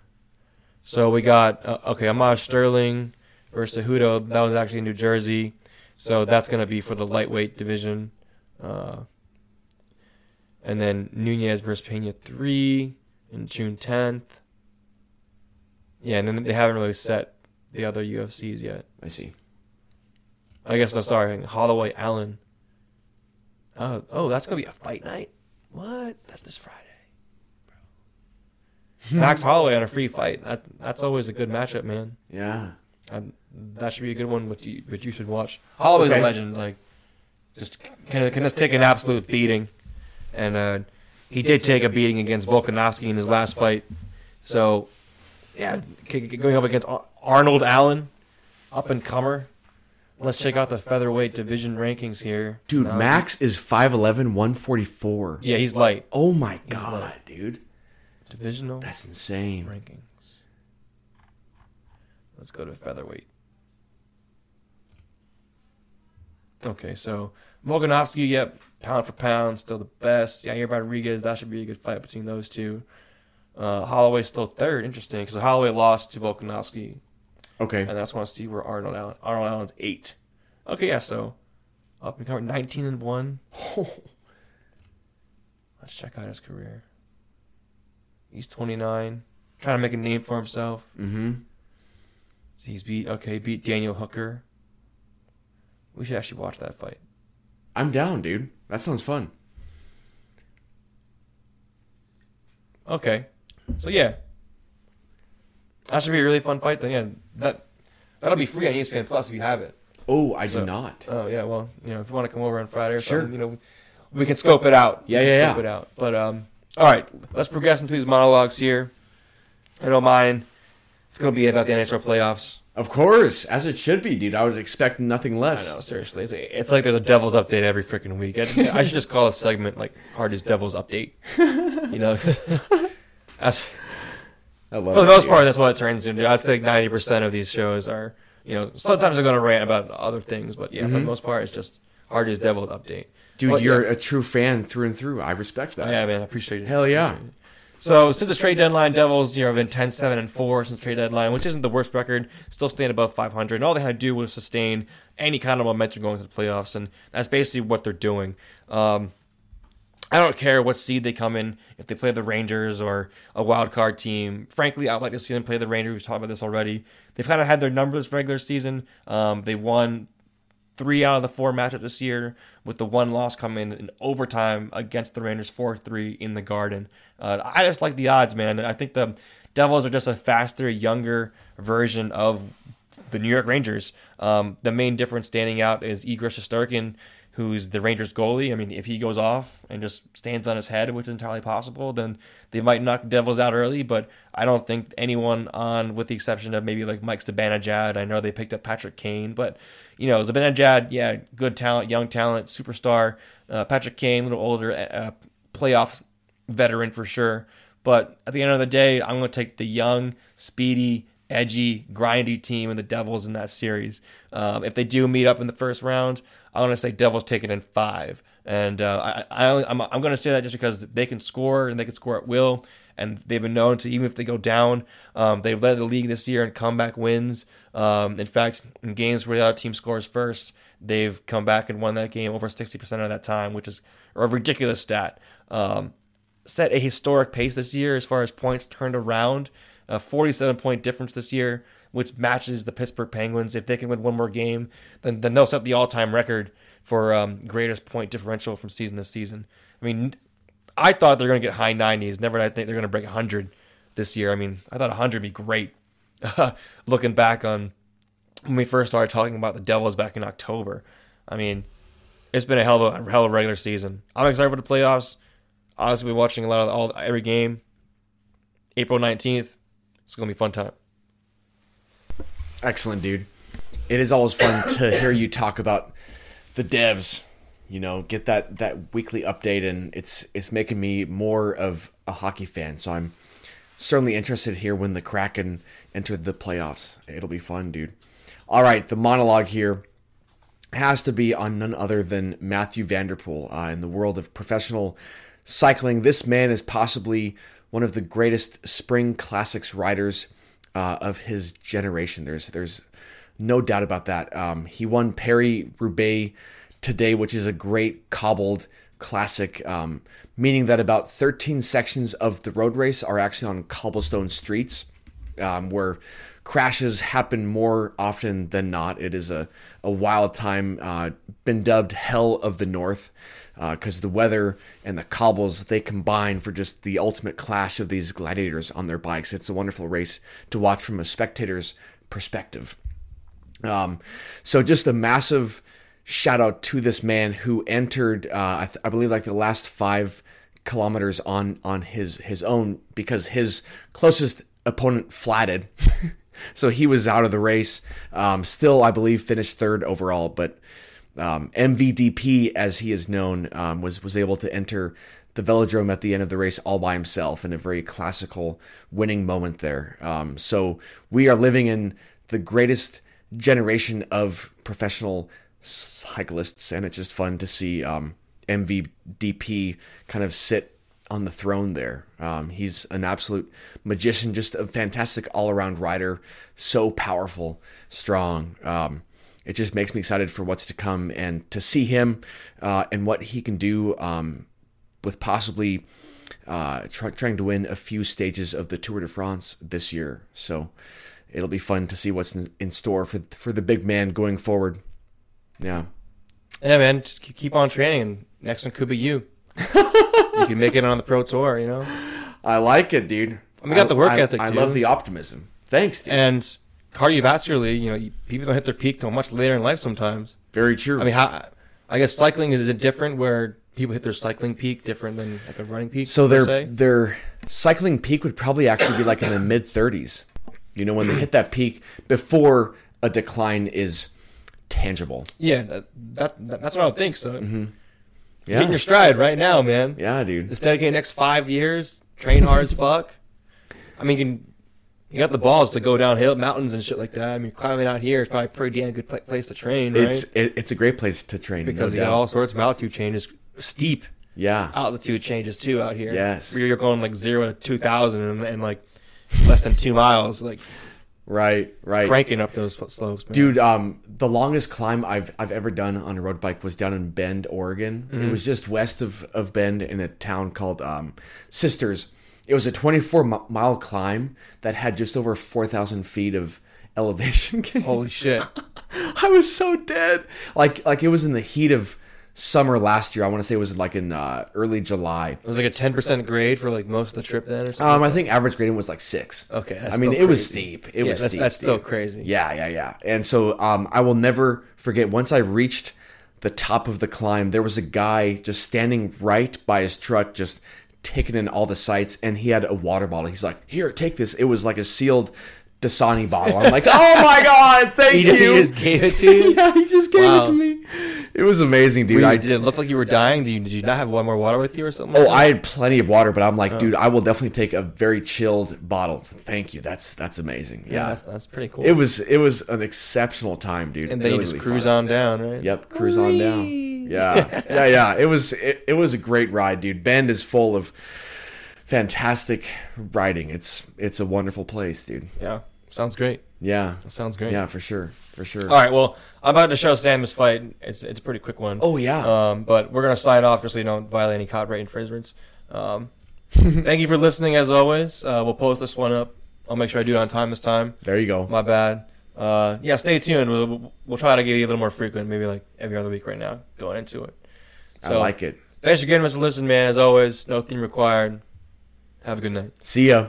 A: So we got, uh, okay, Amaj Sterling versus Cejudo. That was actually in New Jersey. So that's going to be for the lightweight division. Uh, and then Nunez versus Pena 3 in June 10th. Yeah, and then they haven't really set the other UFCs yet.
B: I see.
A: I guess no, sorry, Holloway Allen. Oh, oh, that's gonna be a fight night. What? That's this Friday. Bro. Max Holloway on a free fight. That, that's always a good matchup, man.
B: Yeah.
A: Um that should be a good one. But you, but you should watch. Holloway's
B: Okay.
A: a legend. Like, just can can just take an absolute beating, and uh, he did take a beating against Volkanovski in his last fight. So, yeah, k- k- going up against Ar- Arnold Allen, up and comer. Let's check out the featherweight division rankings here,
B: Dude,
A: Now-
B: Max is 5'11, 144.
A: Yeah, he's light
B: Oh my god, dude.
A: divisional
B: That's insane.
A: rankings. Let's go to featherweight. Okay, so Volkanovski, yep, pound for pound, still the best. Yair Rodriguez, that should be a good fight between those two. Uh, Holloway still third, interesting, because Holloway lost to Volkanovski,
B: Okay.
A: and that's when I see where Arnold Allen, Arnold Allen's eight. Okay, yeah, so up and coming, nineteen and one. Let's check out his career. He's 29, trying to make a name for himself.
B: Mm-hmm.
A: So he's beat okay, beat Daniel Hooker. We should actually watch that fight.
B: I'm down, dude. That sounds fun.
A: Okay, so yeah, that should be a really fun fight. Then yeah, that that'll be free on E ESPN Plus if you have it.
B: Oh, I
A: So-
B: do not.
A: Oh yeah, well you know if you want to come over on Friday or
B: Sure.
A: something, you know we can scope it out.
B: Yeah,
A: we can
B: yeah,
A: scope
B: yeah.
A: it out. But um, all right, let's progress into these monologues here. I don't mind. It's gonna be about the NHL playoffs.
B: Of course, as it should be, dude. I would expect nothing
A: I
B: less.
A: know, seriously. It's, it's like there's a Devils update every freaking week. I, I should just call a segment like Hardest Devils Update. You know? That's,
B: I love
A: for the
B: it,
A: most
B: dude.
A: part, that's what it turns into. I think 90% of these shows are, you know, sometimes they're going to rant about other things, but yeah, for the most part, it's just Artist Devil update.
B: Mm-hmm. Dude,
A: But,
B: you're
A: yeah.
B: a true fan through and through. I respect that.
A: Yeah, man, I appreciate it.
B: Hell yeah.
A: Appreciate it. So since the trade deadline, Devils you know have been 10, 7, and four since trade deadline, which isn't the worst record. Still staying above five hundred, and all they had to do was sustain any kind of momentum going to the playoffs, and that's basically what they're doing. Um, I don't care what seed they come in, if they play the Rangers or a wild card team. Frankly, I'd like to see them play the Rangers. We've talked about this already. They've kind of had their numbers regular season. Um, they've won three out of the four matchup this year, with the one loss coming in overtime against the Rangers, four three in the Garden. Uh, I just like the odds, man. I think the Devils are just a faster, younger version of the New York Rangers. Um, the main difference standing out is Igor Shesterkin, who's the Rangers goalie. I mean, if he goes off and just stands on his head, which is entirely possible, then they might knock the Devils out early. But I don't think anyone on, with the exception of maybe like Mike Zibanejad, I know they picked up Patrick Kane, but you know Zibanejad, yeah, good talent, young talent, superstar. Uh, Patrick Kane, a little older, uh, playoff veteran for sure. But at the end of the day, I'm going to take the young, speedy, edgy, grindy team and the Devils in that series. Um, if they do meet up in the first round, I'm going to say Devils take it in five. And uh, I, I only, I'm, I'm going to say that just because they can score and they can score at will. And they've been known to, even if they go down, um, they've led the league this year in comeback wins. Um, in fact, in games where the other team scores first, they've come back and won that game over 60% of that time, which is a ridiculous stat. Um, set a historic pace this year as far as points turned around. A 47 point difference this year, which matches the Pittsburgh Penguins. If they can win one more game, then, then they'll set the all time record for um, greatest point differential from season to season. I mean, I thought they're going to get high 90s. Never did I think they're going to break 100 this year. I mean, I thought 100 would be great looking back on when we first started talking about the Devils back in October. I mean, it's been a hell of a hell of a regular season. I'm excited for the playoffs. Obviously, we're watching a lot of all every game. April 19th, it's gonna be a fun time.
B: Excellent, dude. It is always fun to hear you talk about the devs. You know, get that that weekly update, and it's it's making me more of a hockey fan. So I'm certainly interested here when the Kraken enter the playoffs. It'll be fun, dude. All right, the monologue here has to be on none other than Matthew Vanderpool. Uh, in the world of professional cycling, this man is possibly one of the greatest spring classics riders uh, of his generation. There's there's no doubt about that. Um, he won Paris Roubaix today, which is a great cobbled classic, um, meaning that about 13 sections of the road race are actually on cobblestone streets um, where crashes happen more often than not. It is a, a wild time, uh, been dubbed Hell of the North, because the weather and the cobbles, they combine for just the ultimate clash of these gladiators on their bikes. It's a wonderful race to watch from a spectator's perspective. Um, so just a massive shout out to this man who entered, uh, I, th- I believe, like the last five kilometers on on his his own because his closest opponent flatted, so he was out of the race. Um, still, I believe, finished third overall, but um, MVDP, as he is known, um, was was able to enter the velodrome at the end of the race all by himself in a very classical winning moment there. Um, so we are living in the greatest generation of professional cyclists, and it's just fun to see um, MVDP kind of sit on the throne there. Um, he's an absolute magician, just a fantastic all around rider, so powerful, strong. Um, it just makes me excited for what's to come and to see him uh, and what he can do um, with possibly uh, try, trying to win a few stages of the Tour de France this year. So it'll be fun to see what's in, in store for for the big man going forward. Yeah.
A: Yeah, man, just keep- keep on training. and Next one could be you. you can make it on the pro tour, you know.
B: I like it, dude.
A: And we got the work
B: I,
A: ethic,
B: I
A: too.
B: love the optimism. Thanks, dude.
A: And cardiovascularly, you know, you- people don't hit their peak till much later in life. Sometimes.
B: Very true.
A: I mean, how, I guess cycling is, is it different where people hit their cycling peak different than like a running peak?
B: so
A: per
B: their
A: se?
B: their cycling peak would probably actually be like in the mid 30s. You know, when they hit that peak before a decline is tangible.
A: yeah, that, that, that that's what I would think. So mm
B: Yeah.
A: your stride right now, man.
B: Yeah, dude.
A: Just dedicate the next five years, train hard as fuck. I mean, you can, you got the balls to go downhill mountains and shit like that. I mean, climbing out here is probably a pretty damn good pla- place to train, right?
B: It's it, it's a great place to train no
A: because you got
B: doubt.
A: all sorts of altitude changes, steep
B: yeah.
A: altitude changes too out here.
B: Yes.
A: where you're going like zero to two thousand and, and like less than two miles, like
B: Right, right.
A: cranking up those fo- slopes, man.
B: Dude, um, the longest climb I've I've ever done on a road bike was down in Bend, Oregon. It was just west of, of Bend in a town called um, Sisters. It was a 24 mi- mile climb that had just over 4,000 feet of elevation gain.
A: Holy shit!
B: I was so dead. Like like it was in the heat of summer last year. I want to say it was like in uh, early July.
A: It was like a ten percent grade for like most of the trip then, or something.
B: Um, I think average grading was like six.
A: Okay, that's
B: I mean, it
A: still
B: was
A: crazy.
B: steep. It
A: yeah,
B: was
A: that's,
B: steep,
A: that's still
B: dude.
A: crazy.
B: Yeah, yeah, yeah. And so um, I will never forget. Once I reached the top of the climb, there was a guy just standing right by his truck, just taking in all the sights, and he had a water bottle. He's like, "Here, take this." It was like a sealed Dasani bottle. I'm like, "Oh my god, thank
A: He,
B: you."
A: just- he just gave it to you.
B: yeah, he just gave it
A: Wow.
B: to me. It was amazing, dude.
A: Dude,
B: I
A: did it look like you were dying? Did you, did you not have one more water with you or something?
B: Oh,
A: like
B: I had plenty of water, but I'm
A: Oh.
B: like, dude, I will definitely take a very chilled bottle. Thank you. That's that's amazing.
A: that? yeah,
B: Yeah,
A: that's, that's pretty cool.
B: it was it was an exceptional time, dude.
A: and then you
B: Really
A: just cruise
B: fun.
A: on down, right?
B: Yep, cruise on down. Yeah, yeah, yeah. It was it, it was a great ride, dude. Bend is full of fantastic riding. It's it's a wonderful place, dude.
A: Yeah, sounds great.
B: Yeah,
A: Sounds great.
B: yeah, for sure, for sure.
A: All right. Well, I'm about to show Sam his fight. It's it's a pretty quick one.
B: Oh yeah.
A: Um, but we're gonna sign off just so you don't violate any copyright infringements. Um, thank you for listening as always. Uh, we'll post this one up. I'll make sure I do it on time this time.
B: there you go.
A: My bad. Uh, yeah, stay tuned. We'll, we'll try to get you a little more frequent, maybe like every other week right now, going into it.
B: I like it.
A: Thanks for giving us a listen, man. As always, no theme required. Have a good night.
B: See ya.